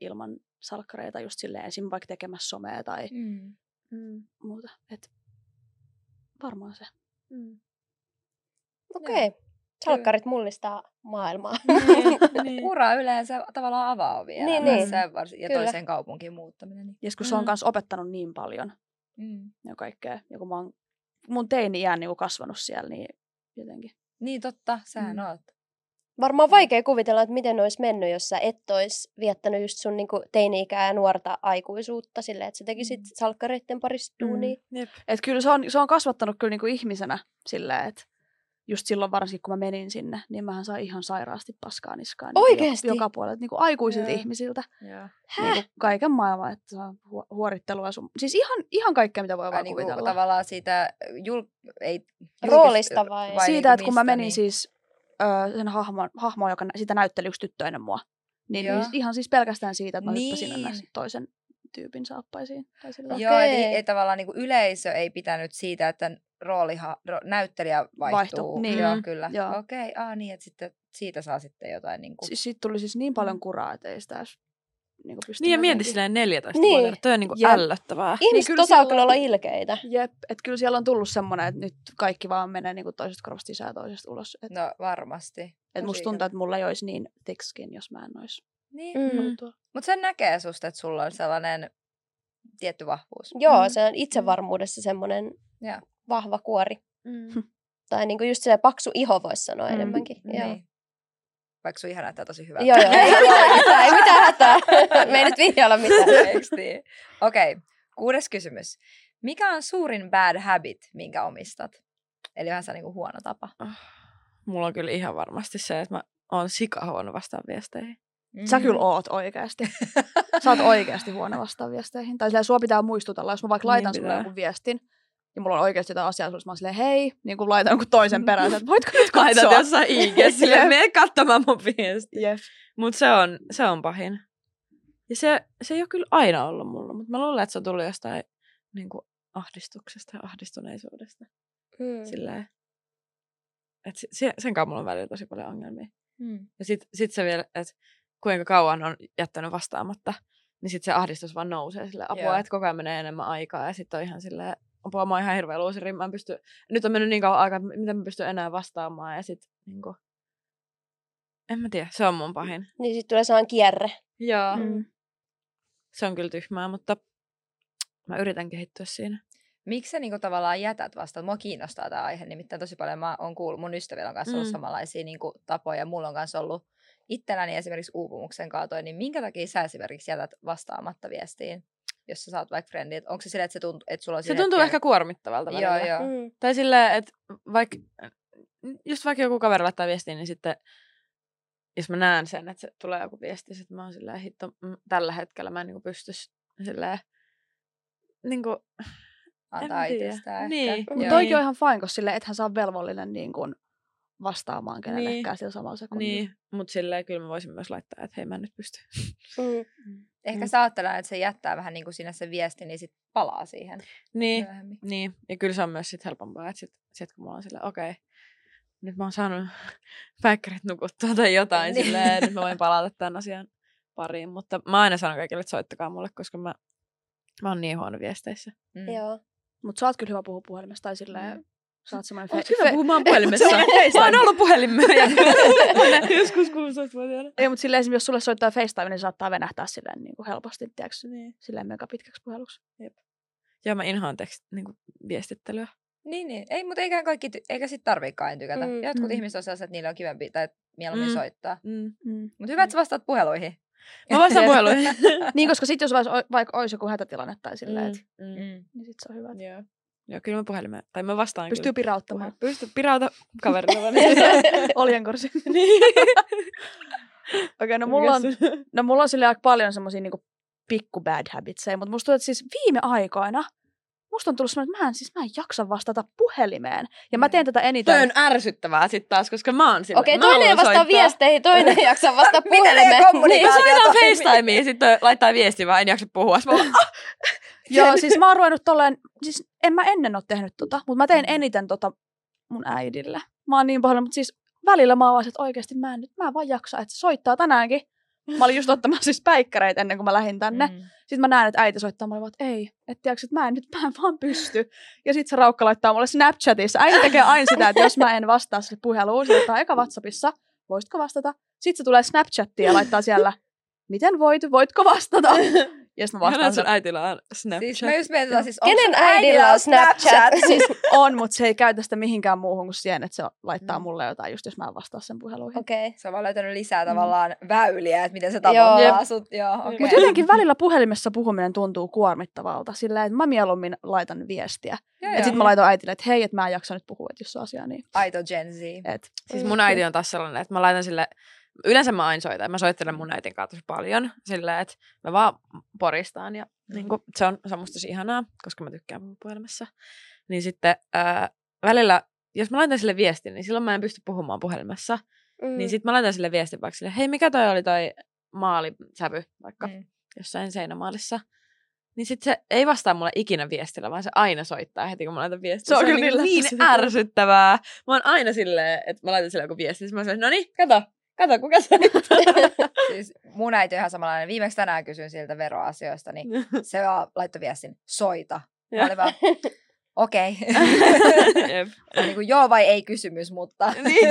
Speaker 3: ilman salkkareita just silleen esim. vaikka tekemässä somea tai
Speaker 2: Mm.
Speaker 4: Mm.
Speaker 3: muuta. Et varmaan se.
Speaker 4: Mm.
Speaker 1: Okei. Okay. Salkkarit mullistaa maailmaa.
Speaker 4: Niin, niin.
Speaker 2: Ura yleensä tavallaan avaa ovia
Speaker 1: Niin,
Speaker 2: niin,
Speaker 1: niin.
Speaker 2: niin. ja, vars- ja
Speaker 1: Kyllä.
Speaker 2: toiseen kaupunkiin muuttaminen. Niin.
Speaker 3: Ja kun se on
Speaker 4: Mm.
Speaker 3: myös opettanut niin paljon
Speaker 2: Mm.
Speaker 3: ja kaikkea. Ja kun mä oon niinku mun teini-iän niin kasvanut siellä, niin jotenkin.
Speaker 2: Niin totta, sähän
Speaker 3: Mm.
Speaker 2: oot.
Speaker 1: Varmaan vaikea kuvitella, että miten olisi mennyt, jos sä et olisi viettänyt just sun niinku teini-ikää ja nuorta aikuisuutta silleen, että sä tekisit salkkareiden parissa
Speaker 3: Mm.
Speaker 1: duunia.
Speaker 4: Jep.
Speaker 3: Et kyllä se on, se on kasvattanut kyllä niinku ihmisenä silleen, että just silloin varsinkin kun mä menin sinne, niin mähän sain ihan sairaasti paskaa niskaan. niinku jo-
Speaker 1: Oikeesti?
Speaker 3: Joka puolelta, niinku aikuisilta
Speaker 4: Joo.
Speaker 3: ihmisiltä.
Speaker 4: Joo.
Speaker 1: Häh?
Speaker 3: Niinku kaiken maailman, että se on huo- huorittelua. Sun, siis ihan, ihan kaikkea, mitä voi
Speaker 2: Vai
Speaker 3: vaan
Speaker 2: niinku
Speaker 3: kuvitella.
Speaker 2: tavallaan siitä jul... ei, julkis-
Speaker 1: Roolista vai?
Speaker 2: vai- niinku
Speaker 3: siitä, että kun mä
Speaker 2: mistä,
Speaker 3: menin
Speaker 2: niin-
Speaker 3: siis öö, sen hahmon, hahmoon, joka nä- sitä näytteli yksi tyttö ennen mua, niin,
Speaker 2: Joo.
Speaker 3: niin ihan siis pelkästään siitä, että mä hyppäsin
Speaker 2: Niin.
Speaker 3: ennäs toisen tyypin saappaisiin. Tai sillä.
Speaker 2: Joo, eli
Speaker 1: Okei.
Speaker 2: ei, tavallaan niinku yleisö ei pitänyt siitä, että rooliha, ro, näyttelijä vaihtuu.
Speaker 3: Vaihtu, niin.
Speaker 2: Joo,
Speaker 4: Mm,
Speaker 2: kyllä.
Speaker 3: joo.
Speaker 2: Okei, okay, ah, niin, että sitten siitä saa sitten jotain. Niinku...
Speaker 3: Si- siitä tuli siis niin paljon kuraa, että ei sitä edes niin
Speaker 4: Niin ja mieti silleen 14
Speaker 1: Niin.
Speaker 4: vuotta. Toi on niinku
Speaker 3: Jep.
Speaker 4: ällöttävää.
Speaker 1: Ihmiset
Speaker 3: kyllä
Speaker 1: osaa
Speaker 3: silloin-
Speaker 1: kyllä olla ilkeitä.
Speaker 3: Jep, että kyllä siellä on tullut semmoinen, että nyt kaikki vaan menee niin toisesta korvasta sisään ja toisesta ulos. Et, no,
Speaker 2: No varmasti.
Speaker 4: no
Speaker 3: et musta
Speaker 2: Kyllä.
Speaker 3: tuntuu, että mulla ei olisi niin thick skin, jos mä en olisi
Speaker 2: Niin.
Speaker 1: Mm.
Speaker 3: mm. tuo.
Speaker 2: Mutta sen näkee susta, että sulla on sellainen tietty vahvuus.
Speaker 1: Joo,
Speaker 3: Mm.
Speaker 1: se on itsevarmuudessa semmoinen
Speaker 2: Joo.
Speaker 1: vahva kuori. Tai niinku just se paksu iho voisi sanoa
Speaker 3: Mm.
Speaker 1: enemmänkin. Joo.
Speaker 2: Niin. Vaikka sun ihan näyttää tosi hyvältä.
Speaker 1: Joo, joo, ei, ole mitään, ei mitään hätää. Me ei nyt vihjailla mitään.
Speaker 2: Eiks niin? Okei, kuudes kysymys. Mikä on suurin bad habit, minkä omistat? Eli vähän se niinku huono tapa.
Speaker 4: Ah, Mulla on kyllä ihan varmasti se, että mä oon sika huono vastaan viesteihin.
Speaker 3: Sä kyllä oot oikeasti. Sä oot oikeasti huono vastaan viesteihin. Tai silleen sua pitää muistutella, jos mä vaikka
Speaker 4: Niin
Speaker 3: laitan sulle
Speaker 4: pitää.
Speaker 3: jonkun viestin, ja mulla on oikeasti jotain asiaa sulle, mä oon silleen, hei, niin kuin laitan jonkun toisen perään, että voitko nyt
Speaker 4: Laitat
Speaker 3: katsoa?
Speaker 4: jossain IG sille,
Speaker 3: Jep.
Speaker 4: mene katsomaan mun viesti.
Speaker 3: Jep.
Speaker 4: Mut se on, se on pahin. Ja se, se ei ole kyllä aina ollut mulla, mutta mä luulen, että se on tullut jostain niin kuin ahdistuksesta ja ahdistuneisuudesta.
Speaker 1: Mm.
Speaker 4: Silleen. Et se- se, sen kanssa mulla on välillä tosi paljon ongelmia.
Speaker 2: Mm.
Speaker 4: Ja sit, sit se vielä, että kuinka kauan on jättänyt vastaamatta, niin sit se ahdistus vaan nousee sille
Speaker 2: Joo.
Speaker 4: apua, että koko ajan menee enemmän aikaa ja sitten on ihan sille apua, mä oon ihan hirveä luuseri, mä en pysty, nyt on mennyt niin kauan aikaa, että miten mä pystyn enää vastaamaan ja sit niinku, en mä tiedä, se on mun pahin.
Speaker 1: Niin sitten tulee sellainen kierre.
Speaker 4: Joo.
Speaker 1: Mm.
Speaker 4: Se on kyllä tyhmää, mutta mä yritän kehittyä siinä.
Speaker 2: Miksi sä niinku tavallaan jätät vastaan? Mua kiinnostaa tämä aihe, nimittäin tosi paljon mä oon kuullut, mun ystävillä on kanssa ollut
Speaker 4: Mm.
Speaker 2: mm. samanlaisia niinku, tapoja, mulla on kanssa ollut itselläni esimerkiksi uupumuksen kaatoin, niin minkä takia sä esimerkiksi jätät vastaamatta viestiin, jos sä saat vaikka friendit? Onko se silleen, että se tuntuu, että sulla on
Speaker 4: Se
Speaker 2: siinä
Speaker 4: tuntuu
Speaker 2: hetken-
Speaker 4: ehkä kuormittavalta välillä.
Speaker 2: Joo, joo.
Speaker 1: Mm.
Speaker 4: Tai silleen, että vaikka, just vaikka joku kaveri laittaa viestiä, niin sitten jos mä näen sen, että se tulee joku viesti, sitten mä oon silleen, hitto, mm, tällä hetkellä mä en niinku pysty s- silleen, niinku,
Speaker 2: Antaa
Speaker 4: en tiedä.
Speaker 2: itsestään
Speaker 4: Niin.
Speaker 2: ehkä.
Speaker 3: Mutta
Speaker 4: Joo.
Speaker 3: toikin on ihan fine, koska silleen, ethän saa velvollinen niin kuin vastaamaan kenellekään
Speaker 4: Niin.
Speaker 3: sillä samalla sekunnilla.
Speaker 4: niin, mutta silleen kyllä mä voisin myös laittaa, että hei mä en nyt pysty.
Speaker 1: Mm.
Speaker 2: Ehkä sä ajattelee, että se jättää vähän niin kuin sinne sen viestin, niin sit palaa siihen
Speaker 4: Niin,
Speaker 2: myöhemmin.
Speaker 4: niin, ja kyllä se on myös sit helpompaa, että sit, sit kun mulla on silleen, okei, nyt mä oon saanut päikkärit nukuttua tai jotain
Speaker 2: Niin.
Speaker 4: silleen, nyt mä voin palata tämän asian pariin, mutta mä aina sanon kaikille, että soittakaa mulle, koska mä, mä oon niin huono viesteissä.
Speaker 2: Mm.
Speaker 1: Mm. Joo.
Speaker 3: Mutta sä oot kyllä hyvä puhua puhelimessa, tai silleen, sä oot semmoinen
Speaker 4: Mm. Oot
Speaker 3: fe-
Speaker 4: hyvä
Speaker 3: fe-
Speaker 4: puhumaan puhelimessa. Mä oon ollut puhelinmyyjä. Joskus 16-vuotiaana.
Speaker 3: Ei, mutta silleen esimerkiksi jos sulle soittaa FaceTime, niin se saattaa venähtää silleen niin kuin helposti, tiedätkö? Niin. Silleen mega pitkäksi puheluksi.
Speaker 4: Joo, mä inhoan tekst, niin viestittelyä.
Speaker 2: Niin, niin. Ei, mutta eikä kaikki, ty- eikä sit tarviikaan tykätä.
Speaker 1: Mm,
Speaker 2: Mm, Jotkut
Speaker 3: mm.
Speaker 2: mm. ihmiset on sellaiset, että niillä on kivempi tai mieluummin
Speaker 4: Mm.
Speaker 2: mm. soittaa.
Speaker 4: Mm.
Speaker 3: Mm.
Speaker 2: Mutta hyvä, että sä vastaat puheluihin.
Speaker 4: Mä vastaan puheluihin.
Speaker 3: Niin, koska sitten jos vais- vaikka olisi joku hätätilanne tai silleen, mm. et,
Speaker 2: Mm.
Speaker 3: niin sit se on hyvä. et
Speaker 4: Joo. Joo, kyllä mä puhelimeen. Tai mä vastaan
Speaker 3: Pystyy
Speaker 4: kyllä.
Speaker 3: pirauttamaan.
Speaker 4: Puhe- Pysty pirauta kaverilla.
Speaker 3: Oljenkorsi.
Speaker 4: niin.
Speaker 3: Okei, no mulla on, no mulla on silleen aika paljon semmosia niinku pikku bad habitseja, mutta musta tuntuu, että siis viime aikoina musta on tullut semmoinen, että mä en, siis mä en jaksa vastata puhelimeen. Ja mä teen tätä eniten.
Speaker 4: Niin. Toi on ärsyttävää sit taas, koska mä oon sillä.
Speaker 1: Okei,
Speaker 4: mä
Speaker 1: toinen ei
Speaker 4: haluan
Speaker 1: vastaa
Speaker 4: soittaa.
Speaker 1: viesteihin, toinen ei jaksa vastaa
Speaker 2: Miten ei
Speaker 1: puhelimeen.
Speaker 2: kommunikaatio
Speaker 1: Niin,
Speaker 2: toimi?
Speaker 4: Soitan FaceTimeen ja sitten laittaa viestiä, vaan en jaksa puhua. Sitten mä oon, ah!
Speaker 3: Joo, siis mä oon ruvennut tolleen, siis en mä ennen ole tehnyt tota, mutta mä teen eniten tota mun äidille. Mä oon niin paljon, mutta siis välillä mä oon vaan, se, että oikeasti mä en nyt, mä en vaan jaksa, että se soittaa tänäänkin. Mä olin just ottamassa siis päikkäreitä ennen kuin mä lähdin tänne. Mm.
Speaker 2: Mm.
Speaker 3: Sitten mä näen, että äiti soittaa mulle, vaan, että ei, että tiiäks, että mä en nyt, mä en vaan pysty. Ja sitten se raukka laittaa mulle Snapchatissa. Äiti tekee aina sitä, että jos mä en vastaa sille puheluun, se laittaa eka WhatsAppissa, voisitko vastata? Sitten se tulee Snapchattiin ja laittaa siellä, miten voit, voitko vastata? Ja sitten mä
Speaker 4: Vastaan
Speaker 3: vastaan
Speaker 4: sun
Speaker 3: sen,
Speaker 4: äitillä on
Speaker 2: Siis
Speaker 4: Snapchat.
Speaker 2: mä just mietin, tota, siis onko
Speaker 1: Kenen
Speaker 2: sun
Speaker 1: äidillä on Snapchat? Siis,
Speaker 3: on, mutta se ei käytä sitä mihinkään muuhun kuin siihen, että se laittaa
Speaker 2: Mm.
Speaker 3: mulle jotain, just jos mä en vastaa sen puheluihin.
Speaker 1: Okei. Okay.
Speaker 2: Se on vaan löytänyt lisää
Speaker 3: Mm.
Speaker 2: tavallaan väyliä, että miten se
Speaker 1: Joo.
Speaker 2: tavoittaa sut. Joo, okei.
Speaker 3: Mutta jotenkin välillä puhelimessa puhuminen tuntuu kuormittavalta, sillä että mä mieluummin laitan viestiä.
Speaker 2: Joo,
Speaker 3: Että
Speaker 2: joo.
Speaker 3: sit mä laitan äitille, että hei, että mä en jaksa nyt puhua, että jos on asiaa, niin
Speaker 2: Aito Gen Z.
Speaker 3: et.
Speaker 4: Siis mun äiti on taas sellainen, että mä laitan sille, yleensä mä aina soitan, mä soittelen mun äitin kanssa tosi paljon, sillä että mä vaan poristaan ja niin kuin, se, on, se on musta tosi ihanaa, koska mä tykkään puhua puhelimessa. Niin sitten ää, välillä, jos mä laitan sille viestin, niin silloin mä en pysty puhumaan puhelimessa.
Speaker 1: Mm.
Speaker 4: Niin sitten mä laitan sille viestin vaikka sille, hei mikä toi oli toi maalisävy vaikka
Speaker 2: Mm.
Speaker 4: jossain seinämaalissa. Niin sitten se ei vastaa mulle ikinä viestillä, vaan se aina soittaa heti, kun mä laitan viestiä.
Speaker 3: Se on kyllä
Speaker 4: niinku niin,
Speaker 3: niin läppäsi.
Speaker 4: ärsyttävää. Mä oon aina silleen, että mä laitan sille joku viesti. Siis mä sanon, no niin, kato, kato, kuka soittaa.
Speaker 2: Siis mun äiti on ihan samanlainen. Viimeksi tänään kysyin siltä veroasioista, niin se vaan laittoi viestin, soita. Mä
Speaker 4: Joo.
Speaker 2: olin vaan, okei.
Speaker 4: Jep.
Speaker 2: Se on niin kuin joo vai ei kysymys, mutta
Speaker 4: Niin.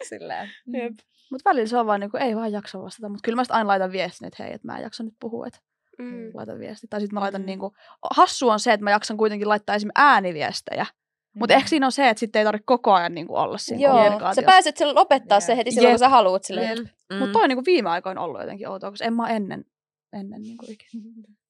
Speaker 2: silleen. Mm.
Speaker 4: Jep.
Speaker 3: Mutta välillä se on vaan niinku, ei vaan jaksa vastata. Mutta kyllä mä sit aina laitan viestin, että hei, että mä en jaksa nyt puhua, että
Speaker 1: Mm.
Speaker 3: laitan viesti. Tai sitten mä laitan
Speaker 2: Mm.
Speaker 3: niinku, hassu on se, että mä jaksan kuitenkin laittaa esimerkiksi ääniviestejä. Mutta
Speaker 2: Mm.
Speaker 3: ehkä siinä on se, että sitten ei tarvitse koko ajan niinku olla siinä
Speaker 1: Joo, sä
Speaker 3: kommunikaatiossa.
Speaker 1: pääset silloin lopettaa se
Speaker 2: Jep.
Speaker 1: heti silloin, kun
Speaker 3: Jep.
Speaker 1: sä haluut silleen.
Speaker 4: Mm.
Speaker 3: Mutta toi on niinku viime aikoina ollut jotenkin outoa, koska en mä ennen, ennen niinku ikinä.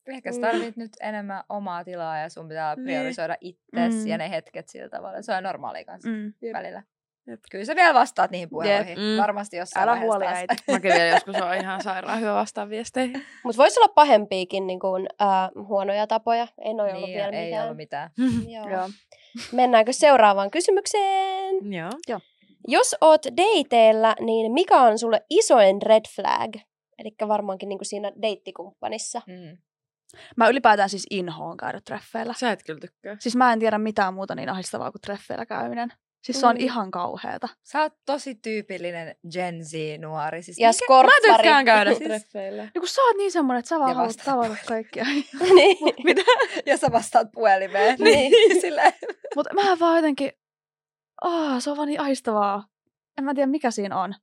Speaker 2: Ehkä sä
Speaker 1: Mm.
Speaker 2: tarvit nyt enemmän omaa tilaa ja sun pitää
Speaker 4: Niin.
Speaker 2: priorisoida itsesi
Speaker 3: Mm.
Speaker 2: ja ne hetket sillä tavalla. Se on normaali kanssa
Speaker 3: Mm.
Speaker 4: Jep.
Speaker 2: välillä.
Speaker 4: Jep.
Speaker 2: Kyllä sä vielä vastaat niihin puheluihin.
Speaker 4: Mm.
Speaker 2: Varmasti jossain
Speaker 3: Älä
Speaker 2: vaiheessa
Speaker 3: huoli
Speaker 2: taas.
Speaker 3: äiti.
Speaker 4: Mäkin vielä joskus on ihan sairaan hyvä vastaan viesteihin.
Speaker 1: Mutta voisi olla pahempiakin niin kuin, äh, huonoja tapoja. Ei noi ollut
Speaker 2: Niin,
Speaker 1: vielä
Speaker 2: ei
Speaker 1: mitään.
Speaker 2: ollut mitään.
Speaker 1: Joo.
Speaker 3: Joo.
Speaker 1: Mennäänkö seuraavaan kysymykseen?
Speaker 4: Joo.
Speaker 1: Jos oot dateilla, niin mikä on sulle isoin red flag? Eli varmaankin niin kuin siinä deittikumppanissa.
Speaker 2: Mm.
Speaker 3: Mä ylipäätään siis inhoon käydä treffeillä.
Speaker 4: Sä et kyllä tykkää.
Speaker 3: Siis mä en tiedä mitään muuta niin ahdistavaa kuin treffeillä käyminen. Siis se on
Speaker 1: Mm.
Speaker 3: ihan kauheata.
Speaker 2: Sä oot tosi tyypillinen Gen Z-nuori. Siis
Speaker 1: Ja
Speaker 2: mikä-
Speaker 1: skorppari.
Speaker 4: Mä tykkään käydä
Speaker 2: Siis-
Speaker 4: treffeillä.
Speaker 3: Ja kun sä oot niin semmonen, että sä vaan
Speaker 2: Ja
Speaker 3: haluat
Speaker 2: vastaat
Speaker 3: tavata kaikkia.
Speaker 1: niin.
Speaker 2: Mitä? Ja sä vastaat puhelimeen.
Speaker 1: Niin.
Speaker 2: niin. Silleen.
Speaker 3: Mutta mä vaan jotenkin... Oh, se on vaan niin ahistavaa. En mä tiedä mikä siinä on.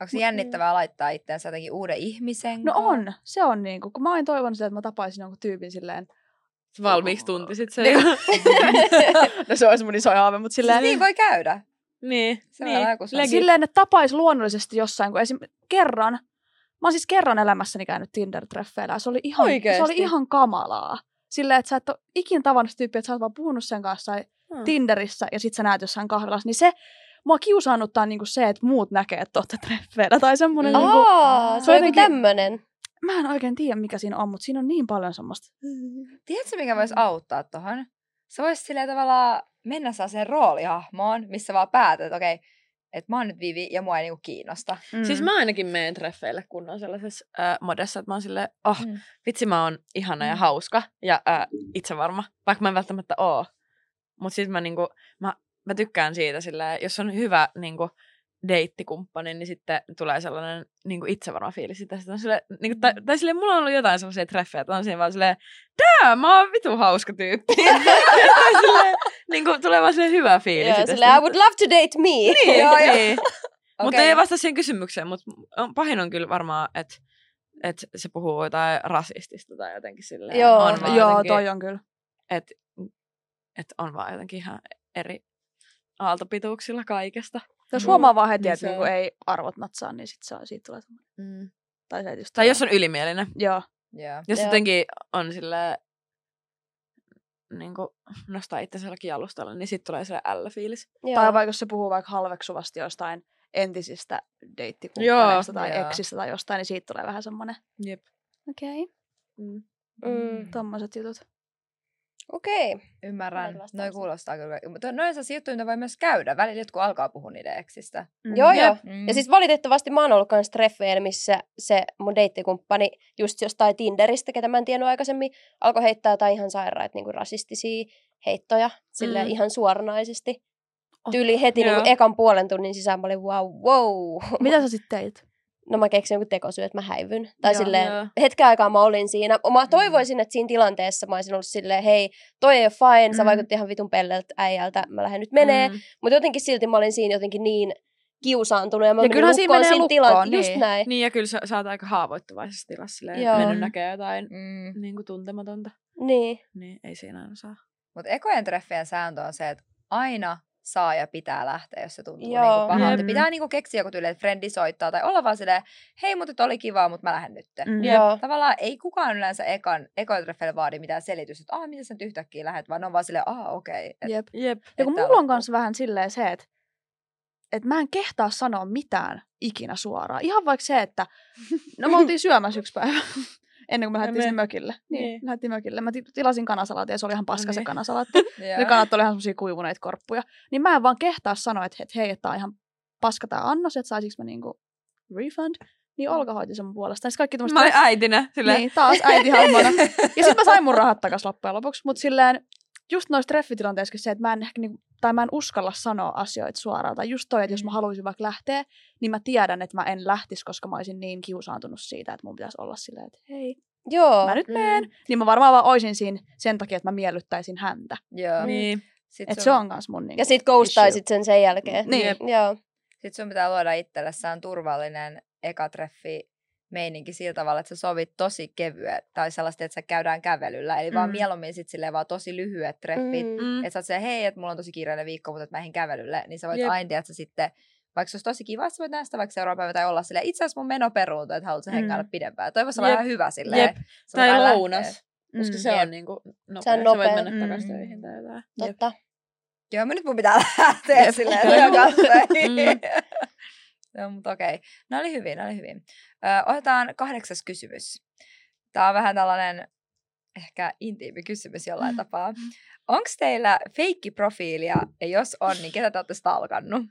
Speaker 2: Onko se jännittävää laittaa itseänsä jotenkin uuden ihmisen?
Speaker 3: No
Speaker 2: kanssa?
Speaker 3: on, se on niinku, kun mä oon toivonut sitä, että mä tapaisin jonkun tyypin silleen.
Speaker 4: Valmiiksi tunti sit se.
Speaker 3: No se olisi mun iso haave, mutta
Speaker 2: Siis
Speaker 3: silleen,
Speaker 2: niin voi käydä.
Speaker 4: niin.
Speaker 2: Se on vähän joku
Speaker 4: Legit.
Speaker 3: silleen että tapais luonnollisesti jossain, kun esim. kerran, mä oon siis kerran elämässäni käynyt Tinder-treffeillä, ja se oli ihan, se oli
Speaker 4: Oikeesti?
Speaker 3: ihan kamalaa. Silleen, että sä et ole ikinä tavannut sitä tyyppiä, että sä oot vaan puhunut sen kanssa tai
Speaker 4: Hmm.
Speaker 3: Tinderissä, ja sit sä näet jossain kahvilassa, niin se, mua kiusaannuttaa niinku se, että muut näkee, että olette treffeillä, tai semmonen
Speaker 4: Mm.
Speaker 3: niinku,
Speaker 1: Aa, se
Speaker 3: Se
Speaker 1: on
Speaker 3: on
Speaker 1: joku
Speaker 3: jotenkin-
Speaker 1: tämmönen.
Speaker 3: mä en oikein tiedä mikä siinä on, mutta siinä on niin paljon semmoista.
Speaker 4: Mm.
Speaker 2: Tiedätkö, mikä
Speaker 1: Mm.
Speaker 2: voisi auttaa tuohon? Se voisi silleen tavallaan mennä sellaiseen roolihahmoon, missä vaan päätät, että okei, että mä oon nyt Vivi ja mua ei niinku kiinnosta.
Speaker 3: Mm.
Speaker 4: Siis mä ainakin menen treffeille, kun on sellaisessa äh, modessa, että mä oon silleen, oh,
Speaker 2: Mm.
Speaker 4: mm. vitsi mä oon ihana ja
Speaker 2: Mm.
Speaker 4: hauska ja äh, itsevarma, vaikka mä en välttämättä oo. Mut sit mä niinku, mä, mä tykkään siitä silleen, jos on hyvä niinku deittikumppani, niin sitten tulee sellainen niinku itsevarma fiilis. Sitä, sit on silleen, niinku, tai, tai silleen mulla on ollut jotain sellaisia treffejä, että on siinä vaan silleen, tää, mä oon vitu hauska tyyppi. tai silleen, niinku, tulee vaan silleen hyvä fiilis.
Speaker 1: Joo,
Speaker 4: itsestä.
Speaker 1: silleen, I would love to date me.
Speaker 4: Niin,
Speaker 2: Joo, joo.
Speaker 4: niin. Mutta
Speaker 2: Okei.
Speaker 4: ei vastaa siihen kysymykseen, mutta pahin on kyllä varmaan, että et se puhuu jotain rasistista tai jotenkin silleen.
Speaker 1: Joo.
Speaker 4: on vaan
Speaker 3: Joo,
Speaker 4: jotenkin,
Speaker 3: toi on kyllä.
Speaker 4: Et, et on vaan jotenkin ihan eri aaltopituuksilla kaikesta.
Speaker 3: Jos
Speaker 4: Mm.
Speaker 3: huomaa vaan heti, että
Speaker 4: se
Speaker 3: niinku
Speaker 4: on.
Speaker 3: ei arvot natsaa, niin sit saa, siitä tulee semmoinen.
Speaker 4: Mm.
Speaker 3: Tai se ei just
Speaker 4: Tai
Speaker 3: ole.
Speaker 4: jos on ylimielinen.
Speaker 3: Joo.
Speaker 2: Joo.
Speaker 4: Jos
Speaker 1: Joo.
Speaker 4: jotenkin on silleen, niin kuin nostaa itsensä jollakin jalustalla, niin sitten tulee se L-fiilis.
Speaker 3: Tai
Speaker 1: Joo.
Speaker 3: vaikka jos se puhuu vaikka halveksuvasti jostain entisistä deittikumppaneista tai
Speaker 2: Joo.
Speaker 3: eksistä tai jostain, niin siitä tulee vähän semmoinen.
Speaker 4: Jep.
Speaker 3: Okei, okay.
Speaker 4: Mm.
Speaker 1: Mm.
Speaker 3: tommoset jutut.
Speaker 1: Okei. Okay.
Speaker 2: Ymmärrän.
Speaker 1: Hyvät vastaukset.
Speaker 2: Noi kuulostaa kyllä. Mutta noin sellaisia juttuja, mitä voi myös käydä. Välillä jotkut alkaa puhua niiden eksistä.
Speaker 1: Joo, joo.
Speaker 2: Mm.
Speaker 1: Ja siis valitettavasti mä oon ollut kans treffeillä, missä se mun deittikumppani just jostain Tinderistä, ketä mä en tiennyt aikaisemmin, alkoi heittää jotain ihan sairaita niin rasistisia heittoja sille
Speaker 4: Mm.
Speaker 1: ihan suoranaisesti.
Speaker 3: Oh.
Speaker 1: Tyyli heti niin
Speaker 4: Joo.
Speaker 1: kuin ekan puolen tunnin sisään mä olin wow, wow.
Speaker 3: Mitä sä sitten teit?
Speaker 1: No mä keksin jonkun tekosyy, että mä häivyn. Tai
Speaker 3: Joo.
Speaker 1: silleen,
Speaker 4: Joo.
Speaker 1: hetken aikaa mä olin siinä. Mä toivoisin, että siinä tilanteessa mä olisin ollut silleen, hei, toi ei ole fine, sä
Speaker 3: Mm.
Speaker 1: vaikutti ihan vitun pelleltä äijältä, mä lähden nyt menee.
Speaker 4: Mm.
Speaker 1: Mutta jotenkin silti mä olin siinä jotenkin niin kiusaantunut ja mä
Speaker 2: Ja
Speaker 1: menin
Speaker 2: kyllähän siinä
Speaker 1: lukkoon
Speaker 2: menee
Speaker 1: siinä
Speaker 2: lukkoon,
Speaker 1: tilan- Just
Speaker 2: niin.
Speaker 1: näin.
Speaker 4: Niin ja kyllä sä, sä oot aika haavoittuvaisessa tilassa silleen,
Speaker 1: Joo.
Speaker 4: että mennyt näkee jotain
Speaker 2: Mm.
Speaker 4: niin kuin tuntematonta.
Speaker 1: Niin.
Speaker 4: Niin ei siinä aina saa.
Speaker 2: Mutta ekojen treffien sääntö on se, että aina saa ja pitää lähteä, jos se tuntuu
Speaker 1: Joo.
Speaker 2: niinku pahalta.
Speaker 4: Jep.
Speaker 2: Pitää niinku keksiä joku tyyli, että frendi soittaa tai olla vaan silleen, hei mutta oli kivaa, mutta mä lähden nyt.
Speaker 4: Mm.
Speaker 1: Joo.
Speaker 2: Tavallaan ei kukaan yleensä ekan, ekojen treffeillä vaadi mitään selitystä, että aah, miten sä nyt yhtäkkiä lähdet, vaan ne on vaan silleen, aah, okei. Okay.
Speaker 3: Jep.
Speaker 4: Jep.
Speaker 3: Ja kun
Speaker 2: että
Speaker 3: mulla on
Speaker 2: alkuun.
Speaker 3: kanssa vähän silleen se, että, että mä en kehtaa sanoa mitään ikinä suoraan. Ihan vaikka se, että no me oltiin syömässä yksi päivä ennen kuin me
Speaker 4: me-
Speaker 3: lähdettiin sinne mökille. Niin,
Speaker 4: Niin.
Speaker 3: lähdettiin mökille. Mä ti- tilasin kanasalaatia ja se oli ihan paska
Speaker 4: No
Speaker 3: se
Speaker 4: niin.
Speaker 3: kanasalaatti.
Speaker 2: Joo.
Speaker 3: Ne kanat oli ihan semmosia kuivuneita korppuja. Niin mä en vaan kehtaa sanoa, että et, hei, että tää on ihan paska tää annos, että saisinko mä niinku refund. Niin Olka hoiti sen mun puolesta. Siis kaikki
Speaker 5: Mä
Speaker 3: tämmöset
Speaker 5: olin äitinä. Silleen,
Speaker 3: niin, taas äiti hahmona. ja sitten mä sain mun rahat takas loppujen lopuksi, mutta silleen just noissa treffitilanteissa kun se, että mä en ehkä niinku, tai mä en uskalla sanoa asioita suoraan. Tai just toi, että jos mä haluaisin vaikka lähteä, niin mä tiedän, että mä en lähtisi, koska mä olisin niin kiusaantunut siitä, että mun pitäisi olla silleen, että hei,
Speaker 1: Joo.
Speaker 3: mä nyt meen. Niin mä varmaan vaan oisin siinä sen takia, että mä miellyttäisin häntä.
Speaker 2: Joo.
Speaker 4: Niin.
Speaker 2: Sit
Speaker 3: Että
Speaker 2: sun-
Speaker 3: se on kans mun niinku,
Speaker 1: Ja sit ghostaisit sen sen jälkeen.
Speaker 3: Niin.
Speaker 4: Jep.
Speaker 1: Joo.
Speaker 2: Sitten sun pitää luoda itsellessään turvallinen ekatreffi meininki sillä tavalla, että sä sovit tosi kevyen tai sellaista, että sä käydään kävelyllä. Eli vaan
Speaker 4: Mm.
Speaker 2: mieluummin sit silleen vaan tosi lyhyet treffit. Mm.
Speaker 1: Mm.
Speaker 4: Mm.
Speaker 2: Että sä oot silleen, hei, että mulla on tosi kiireinen viikko, mutta että mä lähdin kävelylle. Niin sä voit
Speaker 4: Jep.
Speaker 2: aina, että sä sitten, vaikka se olisi tosi kiva, että sä voit näistä vaikka seuraava päivä tai olla silleen, itse asiassa mun meno peruuntuu, että haluat sä
Speaker 4: Mm.
Speaker 2: hengailla pidempään. Toivossa on
Speaker 4: Jep.
Speaker 2: vähän hyvä silleen.
Speaker 4: Jep.
Speaker 2: Sä voit
Speaker 4: Mm. Tai
Speaker 2: aina
Speaker 4: lounas.
Speaker 2: lähteä.
Speaker 4: Koska
Speaker 3: Mm.
Speaker 4: se
Speaker 2: Jep.
Speaker 4: on niinku nopea.
Speaker 1: Se on
Speaker 4: Sä
Speaker 1: nopea.
Speaker 4: voit mennä takas
Speaker 2: Mm.
Speaker 4: töihin tai jotain.
Speaker 1: Totta.
Speaker 2: Joo, mä nyt mun pitää lähteä
Speaker 4: Jep.
Speaker 2: silleen
Speaker 4: Kyllä.
Speaker 2: takaisin.
Speaker 4: Mm.
Speaker 2: no, mutta okei. Ne oli hyvin, ne oli hyvin. Ö, otetaan kahdeksas kysymys. Tämä on vähän tällainen ehkä intiimi kysymys
Speaker 4: Mm.
Speaker 2: jollain tapaa. Onko teillä feikkiprofiilia ja jos on, niin ketä te olette stalkannut?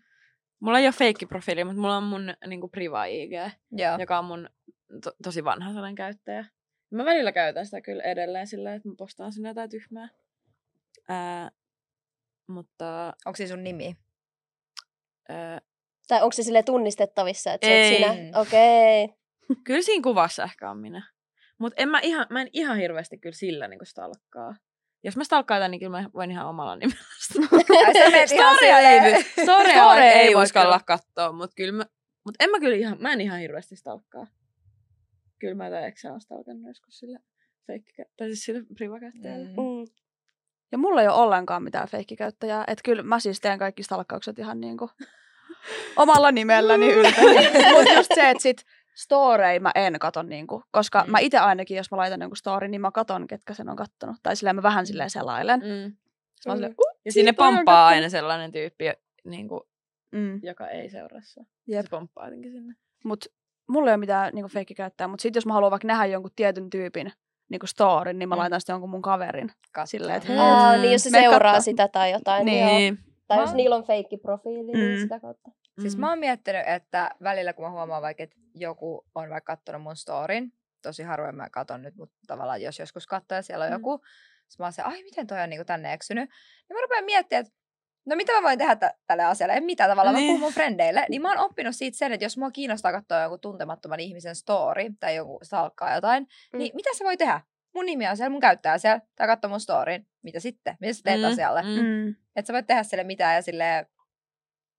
Speaker 4: Mulla ei ole feikkiprofiili, mutta mulla on mun niinku priva IG,
Speaker 2: Joo.
Speaker 4: joka on mun to- tosi vanha sellainen käyttäjä. Mä välillä käytän sitä kyllä edelleen sillä, että mä postaan sinne jotain tyhmää. Ää, mutta
Speaker 2: Onko se sun nimi?
Speaker 4: ää,
Speaker 1: Tai onko se sille tunnistettavissa, että se
Speaker 4: Ei.
Speaker 1: sinä? Okei.
Speaker 4: kyllä siinä kuvassa ehkä on minä. Mutta en mä, ihan, mä en ihan hirveästi kyllä sillä niinku stalkkaa. Jos mä stalkkaan jotain, niin kyllä mä voin ihan omalla nimellä.
Speaker 2: Ai sä menet ihan
Speaker 4: Storia ei,
Speaker 2: silleen-
Speaker 4: nyt- storia
Speaker 3: Storia
Speaker 4: ei,
Speaker 3: ei
Speaker 4: ei
Speaker 3: voi
Speaker 4: uskalla katsoa, mutta kyllä mä, mut en mä kyllä ihan, mä en ihan hirveästi stalkkaa. Kyllä mä jotain Excel on stalkannut joskus sillä feikkikä, tai siis sillä privakäyttäjällä.
Speaker 2: Mm.
Speaker 1: Mm.
Speaker 3: Ja mulla ei ole ollenkaan mitään feikkikäyttäjää. Että kyllä mä siis teen kaikki stalkkaukset ihan niinku omalla nimelläni ylpeänä. Mutta just se, että sit storei mä en katon niinku, koska
Speaker 4: Mm.
Speaker 3: mä itse ainakin, jos mä laitan jonkun story, niin mä katon, ketkä sen on kattonut. Tai silleen mä vähän silleen selailen.
Speaker 4: Mm.
Speaker 3: Mä oon silleen,
Speaker 4: Ja sinne
Speaker 3: Siitä on
Speaker 4: pomppaa
Speaker 3: kattonut.
Speaker 4: aina sellainen tyyppi, niin kuin,
Speaker 3: Mm.
Speaker 4: joka ei seuraa sua.
Speaker 3: Jep.
Speaker 4: Se pomppaa jotenkin sinne.
Speaker 3: Mut mulla ei ole mitään niinku feikkikäyttäjää, mutta sit jos mä haluan vaikka nähdä jonkun tietyn tyypin niinku storin, niin mä
Speaker 4: Mm.
Speaker 3: laitan sitten jonkun mun kaverin.
Speaker 2: Katsoa.
Speaker 3: Silleen, että
Speaker 2: Mm.
Speaker 3: hei.
Speaker 1: Aa,
Speaker 4: Mm.
Speaker 1: niin jos se
Speaker 3: Me
Speaker 1: seuraa
Speaker 3: katsoa.
Speaker 1: sitä tai jotain. Niin. Joo. Tai jos
Speaker 2: Mä-
Speaker 1: niillä on feikki profiili, niin
Speaker 3: Mm.
Speaker 1: sitä kautta.
Speaker 2: Siis mä oon miettinyt, että välillä kun mä huomaan vaikka, että joku on vaikka kattonut mun storin, tosi harvoin mä katon nyt, mutta tavallaan jos joskus katsoo ja siellä on
Speaker 3: Mm.
Speaker 2: joku, sit mä oon se, ai miten toi on niinku tänne eksynyt, niin mä rupean miettimään, että no mitä mä voin tehdä tä- tälle asialle, en mitään tavallaan, mä
Speaker 4: Niin.
Speaker 2: puhun mun frendeille, niin mä oon oppinut siitä sen, että jos mua kiinnostaa katsoa joku tuntemattoman ihmisen story tai joku salkkaa jotain,
Speaker 1: Mm.
Speaker 2: niin mitä se voi tehdä? Mun nimi on siellä, mun käyttäjä on siellä, tai katsoo mun storin, mitä sitten, mitä sä teet
Speaker 4: Mm,
Speaker 2: asialle?
Speaker 4: mm.
Speaker 3: Mm.
Speaker 2: Että sä voit tehdä sille mitään ja sille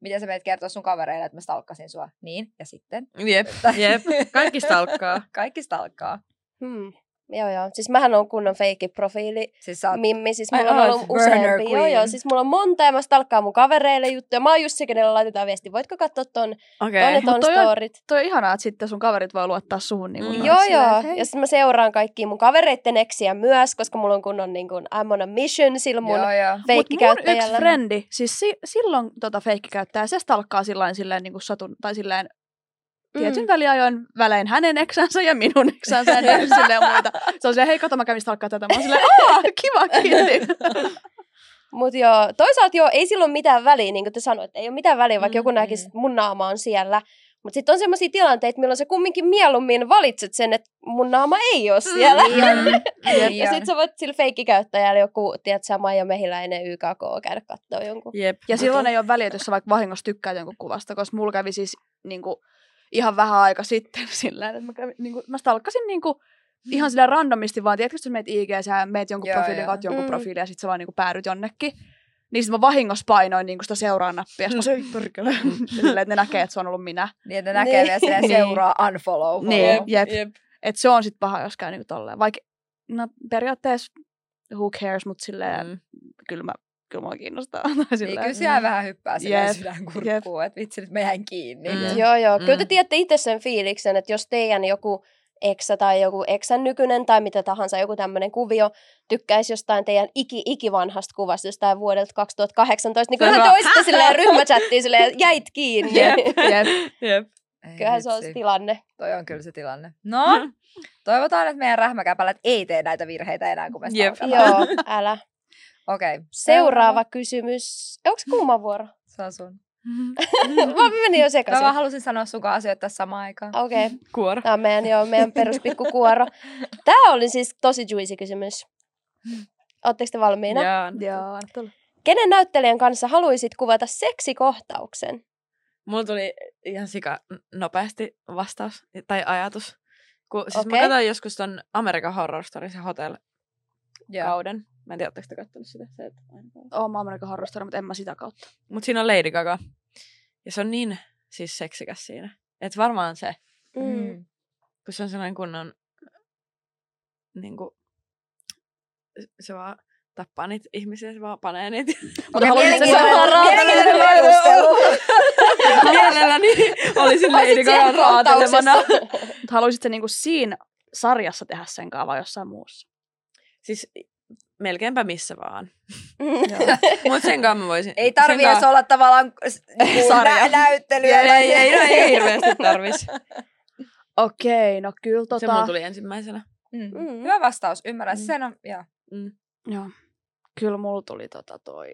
Speaker 2: miten sä menet kertoa sun kavereille, että mä stalkkasin sua. Niin, ja sitten.
Speaker 4: Jep, jep. Kaikki stalkkaa.
Speaker 2: Kaikki stalkkaa.
Speaker 1: Hmm. Joo, joo. Siis mähän on kunnon feikki profiili.
Speaker 2: Siis sä oot...
Speaker 1: Mimmi, siis
Speaker 2: Ai
Speaker 1: mulla on
Speaker 2: oot,
Speaker 1: ollut
Speaker 2: burner
Speaker 1: useampi. Joo,
Speaker 2: queen.
Speaker 1: joo. Siis mulla on monta ja mä stalkkaan mun kavereille juttuja. Mä oon just se, kenellä laitetaan viesti. Voitko katsoa ton, ton
Speaker 4: Okei.
Speaker 1: ja
Speaker 4: Okay.
Speaker 3: Mut
Speaker 1: ton
Speaker 3: toi on-
Speaker 1: storit?
Speaker 3: Toi on ihanaa, että sitten sun kaverit voi luottaa suhun. Niin
Speaker 4: Mm.
Speaker 1: Joo, joo. Ja sitten mä seuraan kaikkia mun kavereitten eksiä myös, koska mulla on kunnon niin kuin, I'm on a mission sillä mun
Speaker 2: Joo, joo.
Speaker 3: Mut mun
Speaker 1: feikkikäyttäjällä.
Speaker 3: yksi frendi, siis si- silloin tota feikkikäyttäjä, se stalkkaa silloin silleen niin kuin satun, tai silleen
Speaker 1: Mm.
Speaker 3: tietyn väliajoin välein hänen eksänsä ja minun eksänsä ja niin silleen muita. Se on silleen, hei kato mä kävin stalkkaa tätä. Mä oon silleen, aah, kiva, kiitti.
Speaker 1: Mut joo, toisaalta joo, ei silloin mitään väliä, niin kuin te sanoitte, ei ole mitään väliä, vaikka joku
Speaker 4: Mm,
Speaker 1: näkisi, että mun naama on siellä. Mutta sitten on sellaisia tilanteita, milloin sä kumminkin mieluummin valitset sen, että mun naama ei ole siellä.
Speaker 2: Niin on.
Speaker 1: ja
Speaker 2: Niin
Speaker 1: sitten
Speaker 2: on.
Speaker 1: sä voit sillä feikkikäyttäjällä joku, tiedätkö, Maija Mehiläinen YKK käydä katsoa jonkun.
Speaker 4: Jep.
Speaker 2: No
Speaker 3: Ja silloin ei ole väliä, että jos sä vaikka vahingossa tykkää jonkun kuvasta, koska mulla kävi siis niin kuin, ihan vähän aika sitten silleen, että mä, kävin, niin kuin, mä stalkkasin niin kuin, ihan silleen randomisti vaan, tiedätkö, jos meet IG, sä meet jonkun
Speaker 2: Mm. Joo,
Speaker 3: profiilin,
Speaker 2: joo.
Speaker 3: katsot jonkun
Speaker 1: Mm.
Speaker 3: profiilin ja sit sä vaan niin kuin, niinku päädyt jonnekin. Niin sit mä vahingossa painoin niin sitä seuraa nappia. Sitten mä söin perkele. Ja Silleen, että ne näkee, että se on ollut minä.
Speaker 2: Niin, että ne näkee
Speaker 1: Niin.
Speaker 2: vielä silleen seuraa, unfollow. follow.
Speaker 3: Niin. jep.
Speaker 4: jep.
Speaker 3: Että se on sit paha, jos käy niinku tolleen. Vaikka, no periaatteessa who cares, mutta silleen,
Speaker 4: Mm.
Speaker 3: kyllä mä, kyllä mua kiinnostaa.
Speaker 2: Niin, kyllä siellä vähän hyppää silleen
Speaker 3: Jep.
Speaker 2: sydänkurkkuun, että vitsi, nyt mä jäin kiinni.
Speaker 4: Mm.
Speaker 1: Joo, joo. Kyllä te
Speaker 4: Mm.
Speaker 1: tiedätte itse sen fiiliksen, että jos teidän joku eksä tai joku eksän nykyinen tai mitä tahansa joku tämmöinen kuvio tykkäisi jostain teidän iki, ikivanhasta kuvasta jostain vuodelta 2018, niin kyllähän te olisitte silleen ryhmächattiin silleen, että jäit kiinni.
Speaker 4: Jep.
Speaker 3: Jep.
Speaker 4: Jep.
Speaker 2: Ei
Speaker 1: Kyllähän se on se
Speaker 2: vitsi.
Speaker 1: tilanne.
Speaker 2: Toi on kyllä se tilanne. No, toivotaan, että meidän rähmäkäpälät ei tee näitä virheitä enää, kun me
Speaker 4: Jep.
Speaker 2: stalkataan.
Speaker 1: Joo, älä.
Speaker 2: Okei. Okay.
Speaker 1: Seuraava kysymys. Onko se kumman vuoro?
Speaker 2: Se on sun.
Speaker 1: Mä menin jo
Speaker 2: Mä vaan
Speaker 1: sekaisin.
Speaker 2: halusin sanoa sukaan asioita tässä samaan aikaan.
Speaker 1: Okei, okay.
Speaker 4: Kuora.
Speaker 1: tämä on meidän, joo, meidän peruspikkukuoro. Tämä oli siis tosi juicy kysymys. Oletteko te valmiina?
Speaker 4: Jaan.
Speaker 3: Joo, anna tulla.
Speaker 1: Kenen näyttelijän kanssa haluaisit kuvata seksikohtauksen?
Speaker 4: Mulla tuli ihan sika nopeasti vastaus tai ajatus. Kun, siis okay.
Speaker 1: Okei.
Speaker 4: mä katsoin joskus ton American Horror Story, se hotel-kauden.
Speaker 2: Joo.
Speaker 4: Mä en tiedä, oletteko te kattonut sitä. Se, että...
Speaker 3: Oon mä Amerikan harrastunut, mutta en mä sitä kautta.
Speaker 4: Mut siinä on Lady Gaga. Ja se on niin siis seksikäs siinä. Et varmaan se,
Speaker 1: Mm.
Speaker 4: kun se on sellainen kunnon... Niin kuin, se vaan tappaa niitä ihmisiä, se vaan panee niitä.
Speaker 3: Mutta haluaisin
Speaker 1: mielenkiintoinen-
Speaker 3: sanoa raateleen.
Speaker 1: mielenkiintoinen perustelu.
Speaker 4: Mielelläni olisin niin Lady
Speaker 1: Olisit
Speaker 4: Gagan
Speaker 1: siellä
Speaker 4: raatelemana.
Speaker 1: kohtauksessa.
Speaker 3: Mut haluaisit se niinku siinä sarjassa tehdä sen kanssa vai jossain muussa?
Speaker 4: Siis melkeinpä missä vaan.
Speaker 1: Mm.
Speaker 4: Mut senkaan mä voisin...
Speaker 2: Ei tarvi
Speaker 4: senkaan-
Speaker 2: edes olla tavallaan s- niinku
Speaker 4: Sarja.
Speaker 2: nä- näyttelyä.
Speaker 4: Ei,
Speaker 2: tai
Speaker 4: ei, ei, no ei hirveästi tarvis.
Speaker 3: Okei, no kyllä
Speaker 4: Tota... Se mulla
Speaker 3: tota...
Speaker 4: tuli ensimmäisenä.
Speaker 2: Mm.
Speaker 1: Mm.
Speaker 2: Hyvä vastaus, ymmärrän.
Speaker 4: Mm.
Speaker 2: Sen on, joo.
Speaker 4: Mm.
Speaker 3: Joo. Kyllä mulla tuli tota toi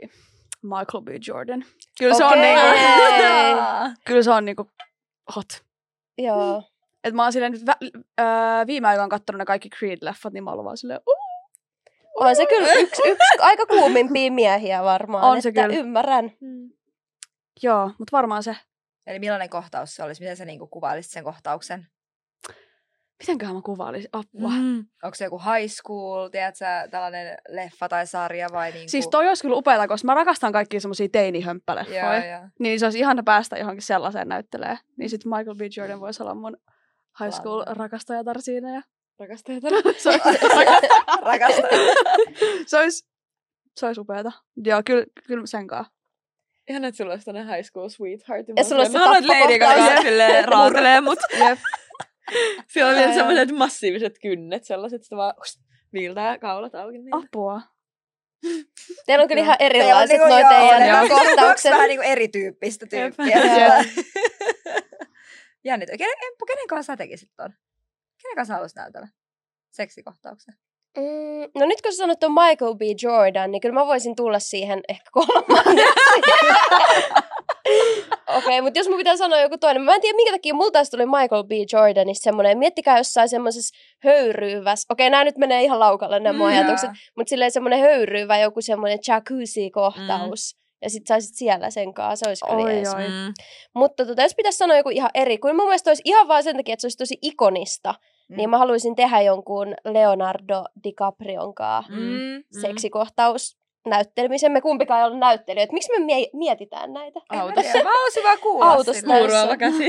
Speaker 3: Michael B. Jordan. Kyllä se on
Speaker 1: Okei.
Speaker 3: niinku,
Speaker 1: Ei.
Speaker 3: kyllä se on niinku hot.
Speaker 1: Joo.
Speaker 3: Et mä oon silleen nyt vä- öö, viime aikoina kattonut ne kaikki Creed-leffat, niin mä oon ollut vaan silleen, uh,
Speaker 1: On se kyllä yksi, yksi aika kuumimpia miehiä varmaan.
Speaker 3: On se
Speaker 1: että
Speaker 3: kyllä.
Speaker 1: Ymmärrän.
Speaker 3: joo, mutta varmaan se,
Speaker 2: Eli millainen kohtaus se olisi? Miten sä niinku kuvailisit sen kohtauksen?
Speaker 3: mitenköhän mä kuvailisin apua. Mm.
Speaker 4: Mm.
Speaker 2: Onko se joku high school, tiedätkö, tällainen leffa tai sarja vai niinku...
Speaker 3: Siis toi olisi kyllä upeata, koska mä rakastan kaikkia semmosia
Speaker 2: Joo,
Speaker 3: teinihömppäleffoja.
Speaker 2: joo.
Speaker 3: Niin se olisi ihana päästä johonkin sellaiseen näyttelee. Niin sit Michael B. Jordan voisi olla mun high school
Speaker 2: Valmiina.
Speaker 3: rakastajatar siinä. Ja...
Speaker 4: Rakastajatar.
Speaker 3: se olisi,
Speaker 2: Rakastan.
Speaker 3: se olisi, se olisi upeata. Joo, kyllä, kyllä sen kaa.
Speaker 4: Ihan että sulla olisi tämmönen high school sweetheart. niin
Speaker 1: Ja sulla olisi se
Speaker 4: Mä haluan, että Lady
Speaker 1: tappokohtaus.
Speaker 4: Gaga silleen raatelee mut.
Speaker 3: Jep.
Speaker 4: Siellä on vielä
Speaker 1: Joo, joo.
Speaker 4: semmoiset massiiviset kynnet, sellaiset, sitä vaan hust, viiltää kaulat auki. Niin.
Speaker 3: Apua.
Speaker 1: Teillä on kyllä ihan
Speaker 2: Teillä on
Speaker 1: erilaiset
Speaker 2: niinku-
Speaker 1: noi
Speaker 2: joo,
Speaker 1: teidän
Speaker 2: ne
Speaker 1: joo.
Speaker 2: on kaksi
Speaker 1: kohtaukset.
Speaker 2: Vähän niinku erityyppistä
Speaker 4: Jep.
Speaker 2: tyyppiä.
Speaker 4: Jep.
Speaker 2: siellä. Jännit. Kenen, Emppu, kenen kanssa sä tekisit ton? Kenen kanssa haluaisit näytellä? Seksikohtauksen.
Speaker 1: Mm, no nyt kun sä sanot ton Michael B. Jordan, niin kyllä mä voisin tulla siihen ehkä kolmanneksi. Okei, okay, mutta jos mun pitää sanoa joku toinen, mä en tiedä minkä takia multa taas tuli Michael B. Jordanista semmoinen, miettikää jossain semmoisessa höyryyvässä, okei okay, nämä nyt menee ihan laukalle nämä mun
Speaker 4: Mm,
Speaker 1: ajatukset,
Speaker 2: Jaa.
Speaker 1: mutta silleen semmoinen höyryyvä, joku semmoinen jacuzzi-kohtaus. Mm. Ja sit saisit siellä sen kanssa, se olisi kyllä
Speaker 3: Oi,
Speaker 1: jees.
Speaker 3: oi.
Speaker 4: Mm.
Speaker 1: Mutta tota, jos pitäisi sanoa joku ihan eri, kun mun mielestä olisi ihan vaan sen takia, että se olisi tosi ikonista,
Speaker 2: Mm.
Speaker 1: mm. niin mä haluaisin tehdä jonkun Leonardo DiCaprion kanssa
Speaker 4: Mm.
Speaker 2: Mm.
Speaker 1: mm. seksikohtaus näyttelemisen. Me kumpikaan ei ollut näyttelijöitä. Miksi me mie- mietitään näitä?
Speaker 4: Autossa.
Speaker 2: Mä haluaisin vaan kuulla
Speaker 1: Autossa
Speaker 2: sitä.
Speaker 1: näin.
Speaker 4: Muuraava käsi.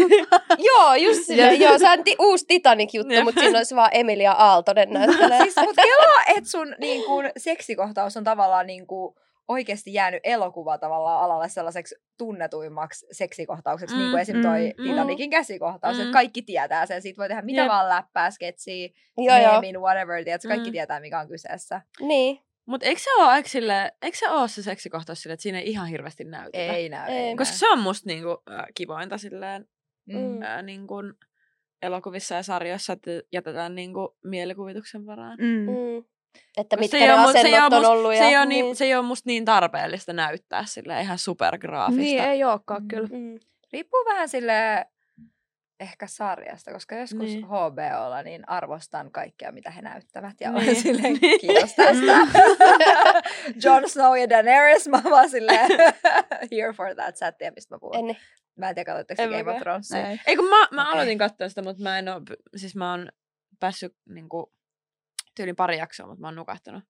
Speaker 1: joo, just sitä. joo, se on ti- uusi Titanic-juttu,
Speaker 4: Jep.
Speaker 1: mutta siinä olisi vaan Emilia Aaltonen näyttelee.
Speaker 2: Siis, mut kelaa, että sun niin kun, seksikohtaus on tavallaan niin kun, oikeasti jäänyt elokuva tavallaan alalle sellaiseksi tunnetuimmaksi seksikohtaukseksi, mm, niin kuin
Speaker 4: Mm,
Speaker 2: esim. toi
Speaker 4: mm,
Speaker 2: mm,
Speaker 4: mm.
Speaker 2: Titanikin käsikohtaus,
Speaker 4: Mm.
Speaker 2: mm. että kaikki tietää sen, siitä voi tehdä mitä
Speaker 4: Jep.
Speaker 2: Jep. vaan läppää, sketsiä,
Speaker 1: joo, joo.
Speaker 2: meemin, whatever, tiedätkö, kaikki
Speaker 4: Mm.
Speaker 2: mm. tietää mikä on kyseessä.
Speaker 1: Niin.
Speaker 4: Mut eikö se oo, aika sille, eikö se oo se seksikohtaus sille, että siinä ei ihan hirveästi näytetä?
Speaker 2: Ei näy,
Speaker 1: Ei.
Speaker 2: ei, näy.
Speaker 4: Koska se on musta niinku, äh, kivointa silleen,
Speaker 1: Mm.
Speaker 4: ää, niin kuin elokuvissa ja sarjoissa, että jätetään niin kuin mielikuvituksen varaan.
Speaker 3: Mm.
Speaker 1: Mm. Että
Speaker 4: Mut
Speaker 1: mitkä
Speaker 4: se ei
Speaker 1: ne
Speaker 4: oo mu- se ei oo
Speaker 1: asennot on
Speaker 4: must-
Speaker 1: ollut.
Speaker 4: Se,
Speaker 1: ja,
Speaker 4: ei ole niin, se ei ole musta niin tarpeellista näyttää sille ihan supergraafista.
Speaker 3: Niin, ei ookaan
Speaker 2: Mm.
Speaker 3: kyllä.
Speaker 1: Mm.
Speaker 2: Riippuu vähän sille ehkä sarjasta, koska joskus
Speaker 4: Niin.
Speaker 2: niin. HBOlla niin arvostan kaikkea, mitä he näyttävät. Ja
Speaker 4: Niin.
Speaker 2: olen silleen,
Speaker 4: Niin.
Speaker 2: kiitos tästä.
Speaker 1: Mm.
Speaker 2: Jon Snow ja Daenerys, mä oon vaan silleen, here for that, sä et tiedä, mistä mä puhun. En.
Speaker 1: En,
Speaker 2: Mä en tiedä, katsotteko
Speaker 4: En
Speaker 2: te Game
Speaker 4: mäkään.
Speaker 2: of Thronesia.
Speaker 3: Ei.
Speaker 4: Ei kun mä, mä
Speaker 2: Okei.
Speaker 4: aloitin katsoa sitä, mutta mä niinku en oo, siis mä oon päässyt niin kuin, tyylin pari jaksoa, mutta mä oon nukahtanut.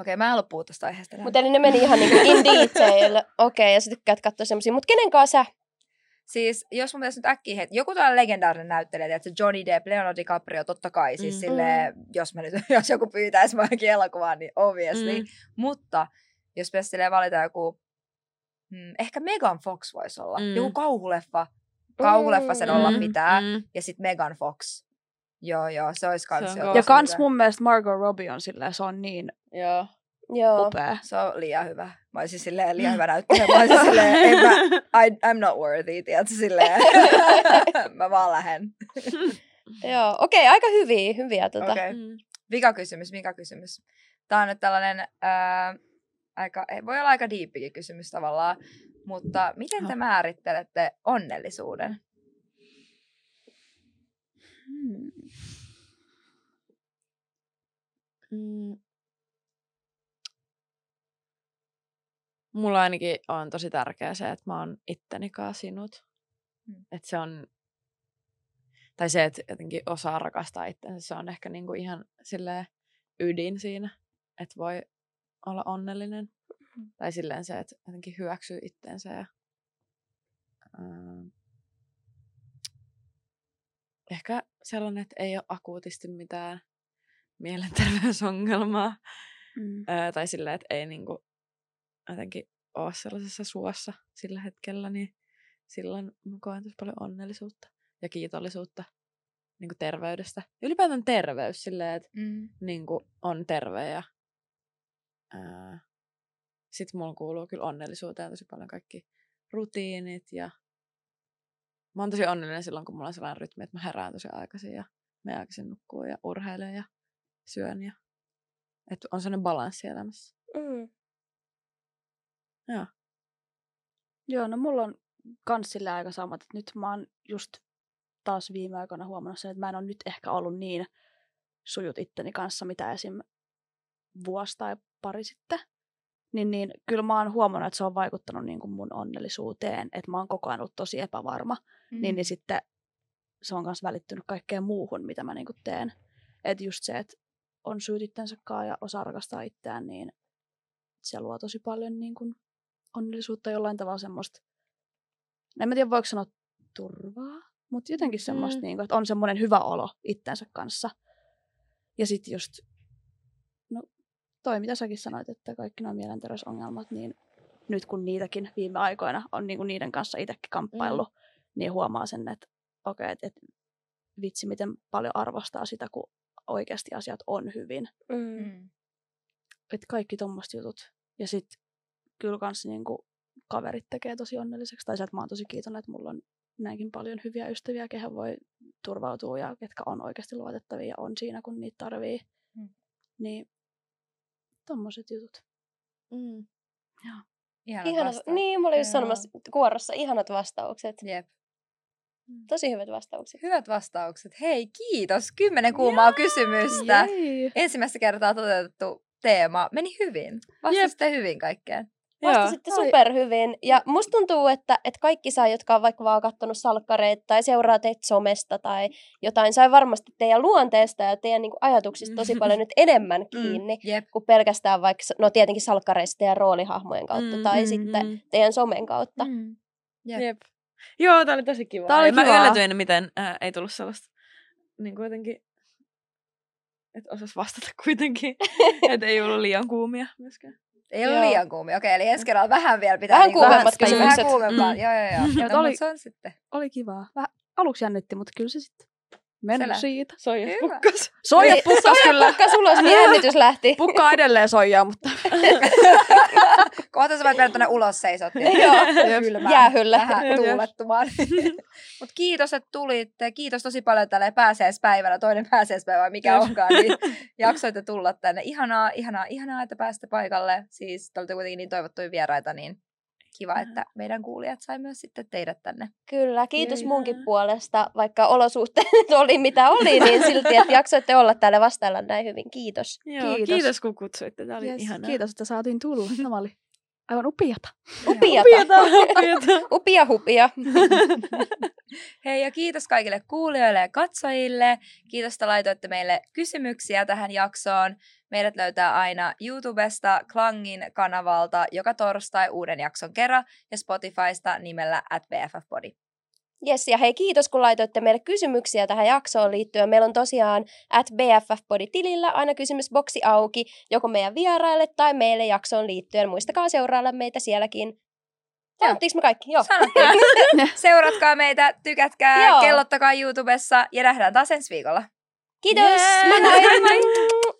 Speaker 2: Okei, mä en halua puhua tästä aiheesta. enää.
Speaker 1: Mutta eli ne meni ihan niinku in detail. Okei, okay, ja sä tykkäät katsoa semmosia. Mutta kenen kanssa sä?
Speaker 2: Siis jos mun pitäisi nyt äkkiä heti, joku tällainen legendaarinen näyttelijä, että Johnny Depp, Leonardo DiCaprio, totta kai, siis
Speaker 4: Mm.
Speaker 2: mm. sille, jos, mä nyt, jos joku pyytäisi mua johonkin elokuvaan, niin obviously. Mm. Mutta jos pitäisi silleen valita joku, mm, ehkä Megan Fox voisi olla,
Speaker 4: Mm.
Speaker 2: mm. joku kauhuleffa, kauhuleffa sen
Speaker 1: Mm.
Speaker 2: olla
Speaker 4: Mm,
Speaker 2: pitää, mm.
Speaker 4: mm.
Speaker 2: ja sitten Megan Fox. Joo, joo, se olisi kans
Speaker 4: on
Speaker 2: joku
Speaker 4: kova.
Speaker 3: Ja
Speaker 2: tosi
Speaker 3: kans
Speaker 2: hyvä.
Speaker 3: mun mielestä Margot Robbie on silleen, se on niin
Speaker 4: Joo.
Speaker 1: Mm. Joo.
Speaker 3: upea.
Speaker 2: Se on liian hyvä. Mä olisin silleen liian hyvä näyttelijä. Mä olisin silleen, en mä, I, I'm not worthy, tiedätkö, silleen. mä vaan lähden.
Speaker 1: Joo. Okei, okay, aika hyviä, hyviä tota.
Speaker 2: Okei.
Speaker 4: Mm.
Speaker 2: Vika kysymys, mikä kysymys? Tämä on nyt tällainen, ää, aika, ei, voi olla aika diippikin kysymys tavallaan, mutta miten te määrittelette onnellisuuden?
Speaker 4: Mm. Mulla ainakin on tosi tärkeää se, että mä oon itteni kanssa sinut.
Speaker 2: Mm.
Speaker 4: Että se on, tai se, että jotenkin osaa rakastaa itsensä, se on ehkä niinku ihan silleen ydin siinä, että voi olla onnellinen. Tai silleen se, että jotenkin hyväksyy itsensä ja ähm, ehkä sellainen, että ei ole akuutisti mitään mielenterveysongelmaa.
Speaker 3: Mm.
Speaker 4: Öö, tai silleen, että ei niinku jotenkin ole sellaisessa suossa sillä hetkellä, niin silloin mä koen tosi paljon onnellisuutta ja kiitollisuutta niinku terveydestä. Ylipäätään terveys silleen, että
Speaker 2: Mm.
Speaker 4: niinku on terve ja öö, sit mulla kuuluu kyllä onnellisuuteen tosi paljon kaikki rutiinit ja mä oon tosi onnellinen silloin, kun mulla on sellainen rytmi, että mä herään tosi aikaisin ja me aikaisin nukkuu ja urheilen ja syön ja että on sellainen balanssi elämässä.
Speaker 1: Mm.
Speaker 3: Joo, no mulla on kans sillä aika samat. että Nyt mä oon just taas viime aikoina huomannut sen, että mä en ole nyt ehkä ollut niin sujut itteni kanssa, mitä esim. vuosi tai pari sitten. Niin, niin kyllä mä oon huomannut, että se on vaikuttanut niin kuin mun onnellisuuteen, että mä oon koko ajan ollut tosi epävarma.
Speaker 2: Mm.
Speaker 3: Niin, niin sitten se on myös välittynyt kaikkeen muuhun, mitä mä niin kuin teen. Että just se, että on syyt itsensä kaa ja osaa rakastaa itseään, niin se luo tosi paljon niin kuin onnellisuutta jollain tavalla semmoista, en mä tiedä voiko sanoa turvaa, mutta jotenkin semmoista,
Speaker 4: Mm.
Speaker 3: mm. niin kuin, että on semmoinen hyvä olo itsensä kanssa. Ja sitten just, no toi mitä säkin sanoit, että kaikki nuo mielenterveysongelmat, niin nyt kun niitäkin viime aikoina on niin kuin niiden kanssa itsekin kamppaillut, mm. niin huomaa sen, että okei, okay, että et, vitsi miten paljon arvostaa sitä, kun oikeasti asiat on hyvin
Speaker 1: Mm.
Speaker 2: Mm.
Speaker 3: että kaikki tommoset jutut. Ja sit kyllä kans niinku kaverit tekee tosi onnelliseksi. Tai sieltä mä oon tosi kiitollinen, että mulla on näinkin paljon hyviä ystäviä, kehen voi turvautua ja ketkä on oikeasti luotettavia ja on siinä, kun niitä tarvii.
Speaker 2: Mm.
Speaker 3: Niin tommoset jutut.
Speaker 4: Mm.
Speaker 2: Ihanat
Speaker 1: Ihanat,
Speaker 2: vastaukset.
Speaker 1: niin, mä olin just
Speaker 2: Joo.
Speaker 1: sanomassa kuorossa ihanat vastaukset.
Speaker 2: Jep. Mm.
Speaker 1: Tosi hyvät vastaukset.
Speaker 2: Hyvät vastaukset. Hei, kiitos. Kymmenen kuumaa kysymystä.
Speaker 3: Jei.
Speaker 2: ensimmäistä kertaa toteutettu teema meni hyvin. Vastasitte hyvin kaikkeen.
Speaker 1: Vastasitte
Speaker 3: Joo.
Speaker 1: superhyvin. Ja musta tuntuu, että, että kaikki saa, jotka on vaikka vaan kattonut salkkareita tai seuraa teitä somesta tai jotain, sai varmasti teidän luonteesta ja teidän niin ajatuksista tosi paljon nyt enemmän kiinni
Speaker 2: Mm. Jep.
Speaker 1: kuin pelkästään vaikka, no tietenkin salkkareista ja roolihahmojen kautta tai sitten teidän somen kautta.
Speaker 2: Mm. Jep.
Speaker 4: Jep. Joo, tää oli tosi kiva.
Speaker 3: Tää oli
Speaker 4: mä
Speaker 3: kivaa.
Speaker 4: yllätyin, miten ää, ei tullut sellaista, niin kuitenkin, että osas vastata kuitenkin, että ei ollut liian kuumia myöskään.
Speaker 2: Ei ole
Speaker 1: Joo.
Speaker 2: liian kuumia. Okei, eli ensi kerralla vähän vielä pitää... niinku
Speaker 1: Vähän
Speaker 2: vähän-
Speaker 1: kuumemmat
Speaker 2: tai
Speaker 1: kysymykset.
Speaker 2: Vähän kuumempaa,
Speaker 4: Mm.
Speaker 2: joo joo joo. No,
Speaker 3: mut
Speaker 2: mutta
Speaker 3: oli-
Speaker 2: se on sitten.
Speaker 3: Oli kivaa. Vähän aluksi jännitti, mutta kyllä se sitten meni
Speaker 2: Selä.
Speaker 3: siitä.
Speaker 4: Soijat
Speaker 2: Hyvä.
Speaker 4: pukkas.
Speaker 3: Soija
Speaker 1: Eli-
Speaker 3: pukkas kyllä.
Speaker 1: Pukka sulos, niin jännitys lähti.
Speaker 3: Pukkaa edelleen soijaa, mutta
Speaker 2: Kohta sä voit mennä tuonne ulos seisot.
Speaker 1: Joo.
Speaker 2: kylmään.
Speaker 1: Jäähylle.
Speaker 2: Vähän
Speaker 4: Jep.
Speaker 2: tuulettumaan. Mutta kiitos, että tulitte. Kiitos tosi paljon tälle pääsiäispäivänä, toinen pääsiäispäivä, mikä
Speaker 4: Jep.
Speaker 2: onkaan, niin jaksoitte tulla tänne. Ihanaa, ihanaa, ihanaa, että pääsitte paikalle. Siis te olette kuitenkin niin toivottuja vieraita, niin kiva, että meidän kuulijat sai myös sitten teidät tänne.
Speaker 1: Kyllä, kiitos
Speaker 4: Jee.
Speaker 1: munkin puolesta, vaikka olosuhteet oli mitä oli, niin silti, että jaksoitte olla täällä vastailla näin hyvin. Kiitos.
Speaker 4: Joo, kiitos.
Speaker 3: Kiitos.
Speaker 4: kiitos kun kutsuitte. Tää oli yes, ihanaa.
Speaker 3: kiitos, että saatiin tulla. Tämä oli aivan upeata.
Speaker 1: Upiata.
Speaker 4: Kiitos.
Speaker 1: Upia hupia.
Speaker 2: Hei ja kiitos kaikille kuulijoille ja katsojille. Kiitos, että laitoitte meille kysymyksiä tähän jaksoon. Meidät löytää aina YouTubesta, Klangin kanavalta joka torstai uuden jakson kerran ja Spotifysta nimellä at BFFpodi.
Speaker 1: Yes, ja hei kiitos kun laitoitte meille kysymyksiä tähän jaksoon liittyen. Meillä on tosiaan at BFFpodi-tilillä aina kysymysboksi auki, joko meidän vieraille tai meille jaksoon liittyen. Muistakaa seurailla meitä sielläkin. Sanottiinko me kaikki? Joo.
Speaker 2: Sanottiin. Seuratkaa meitä, tykätkää,
Speaker 1: Joo.
Speaker 2: kellottakaa YouTubessa ja nähdään taas ensi viikolla.
Speaker 1: Kiitos!
Speaker 2: Jee.
Speaker 1: Moi moi!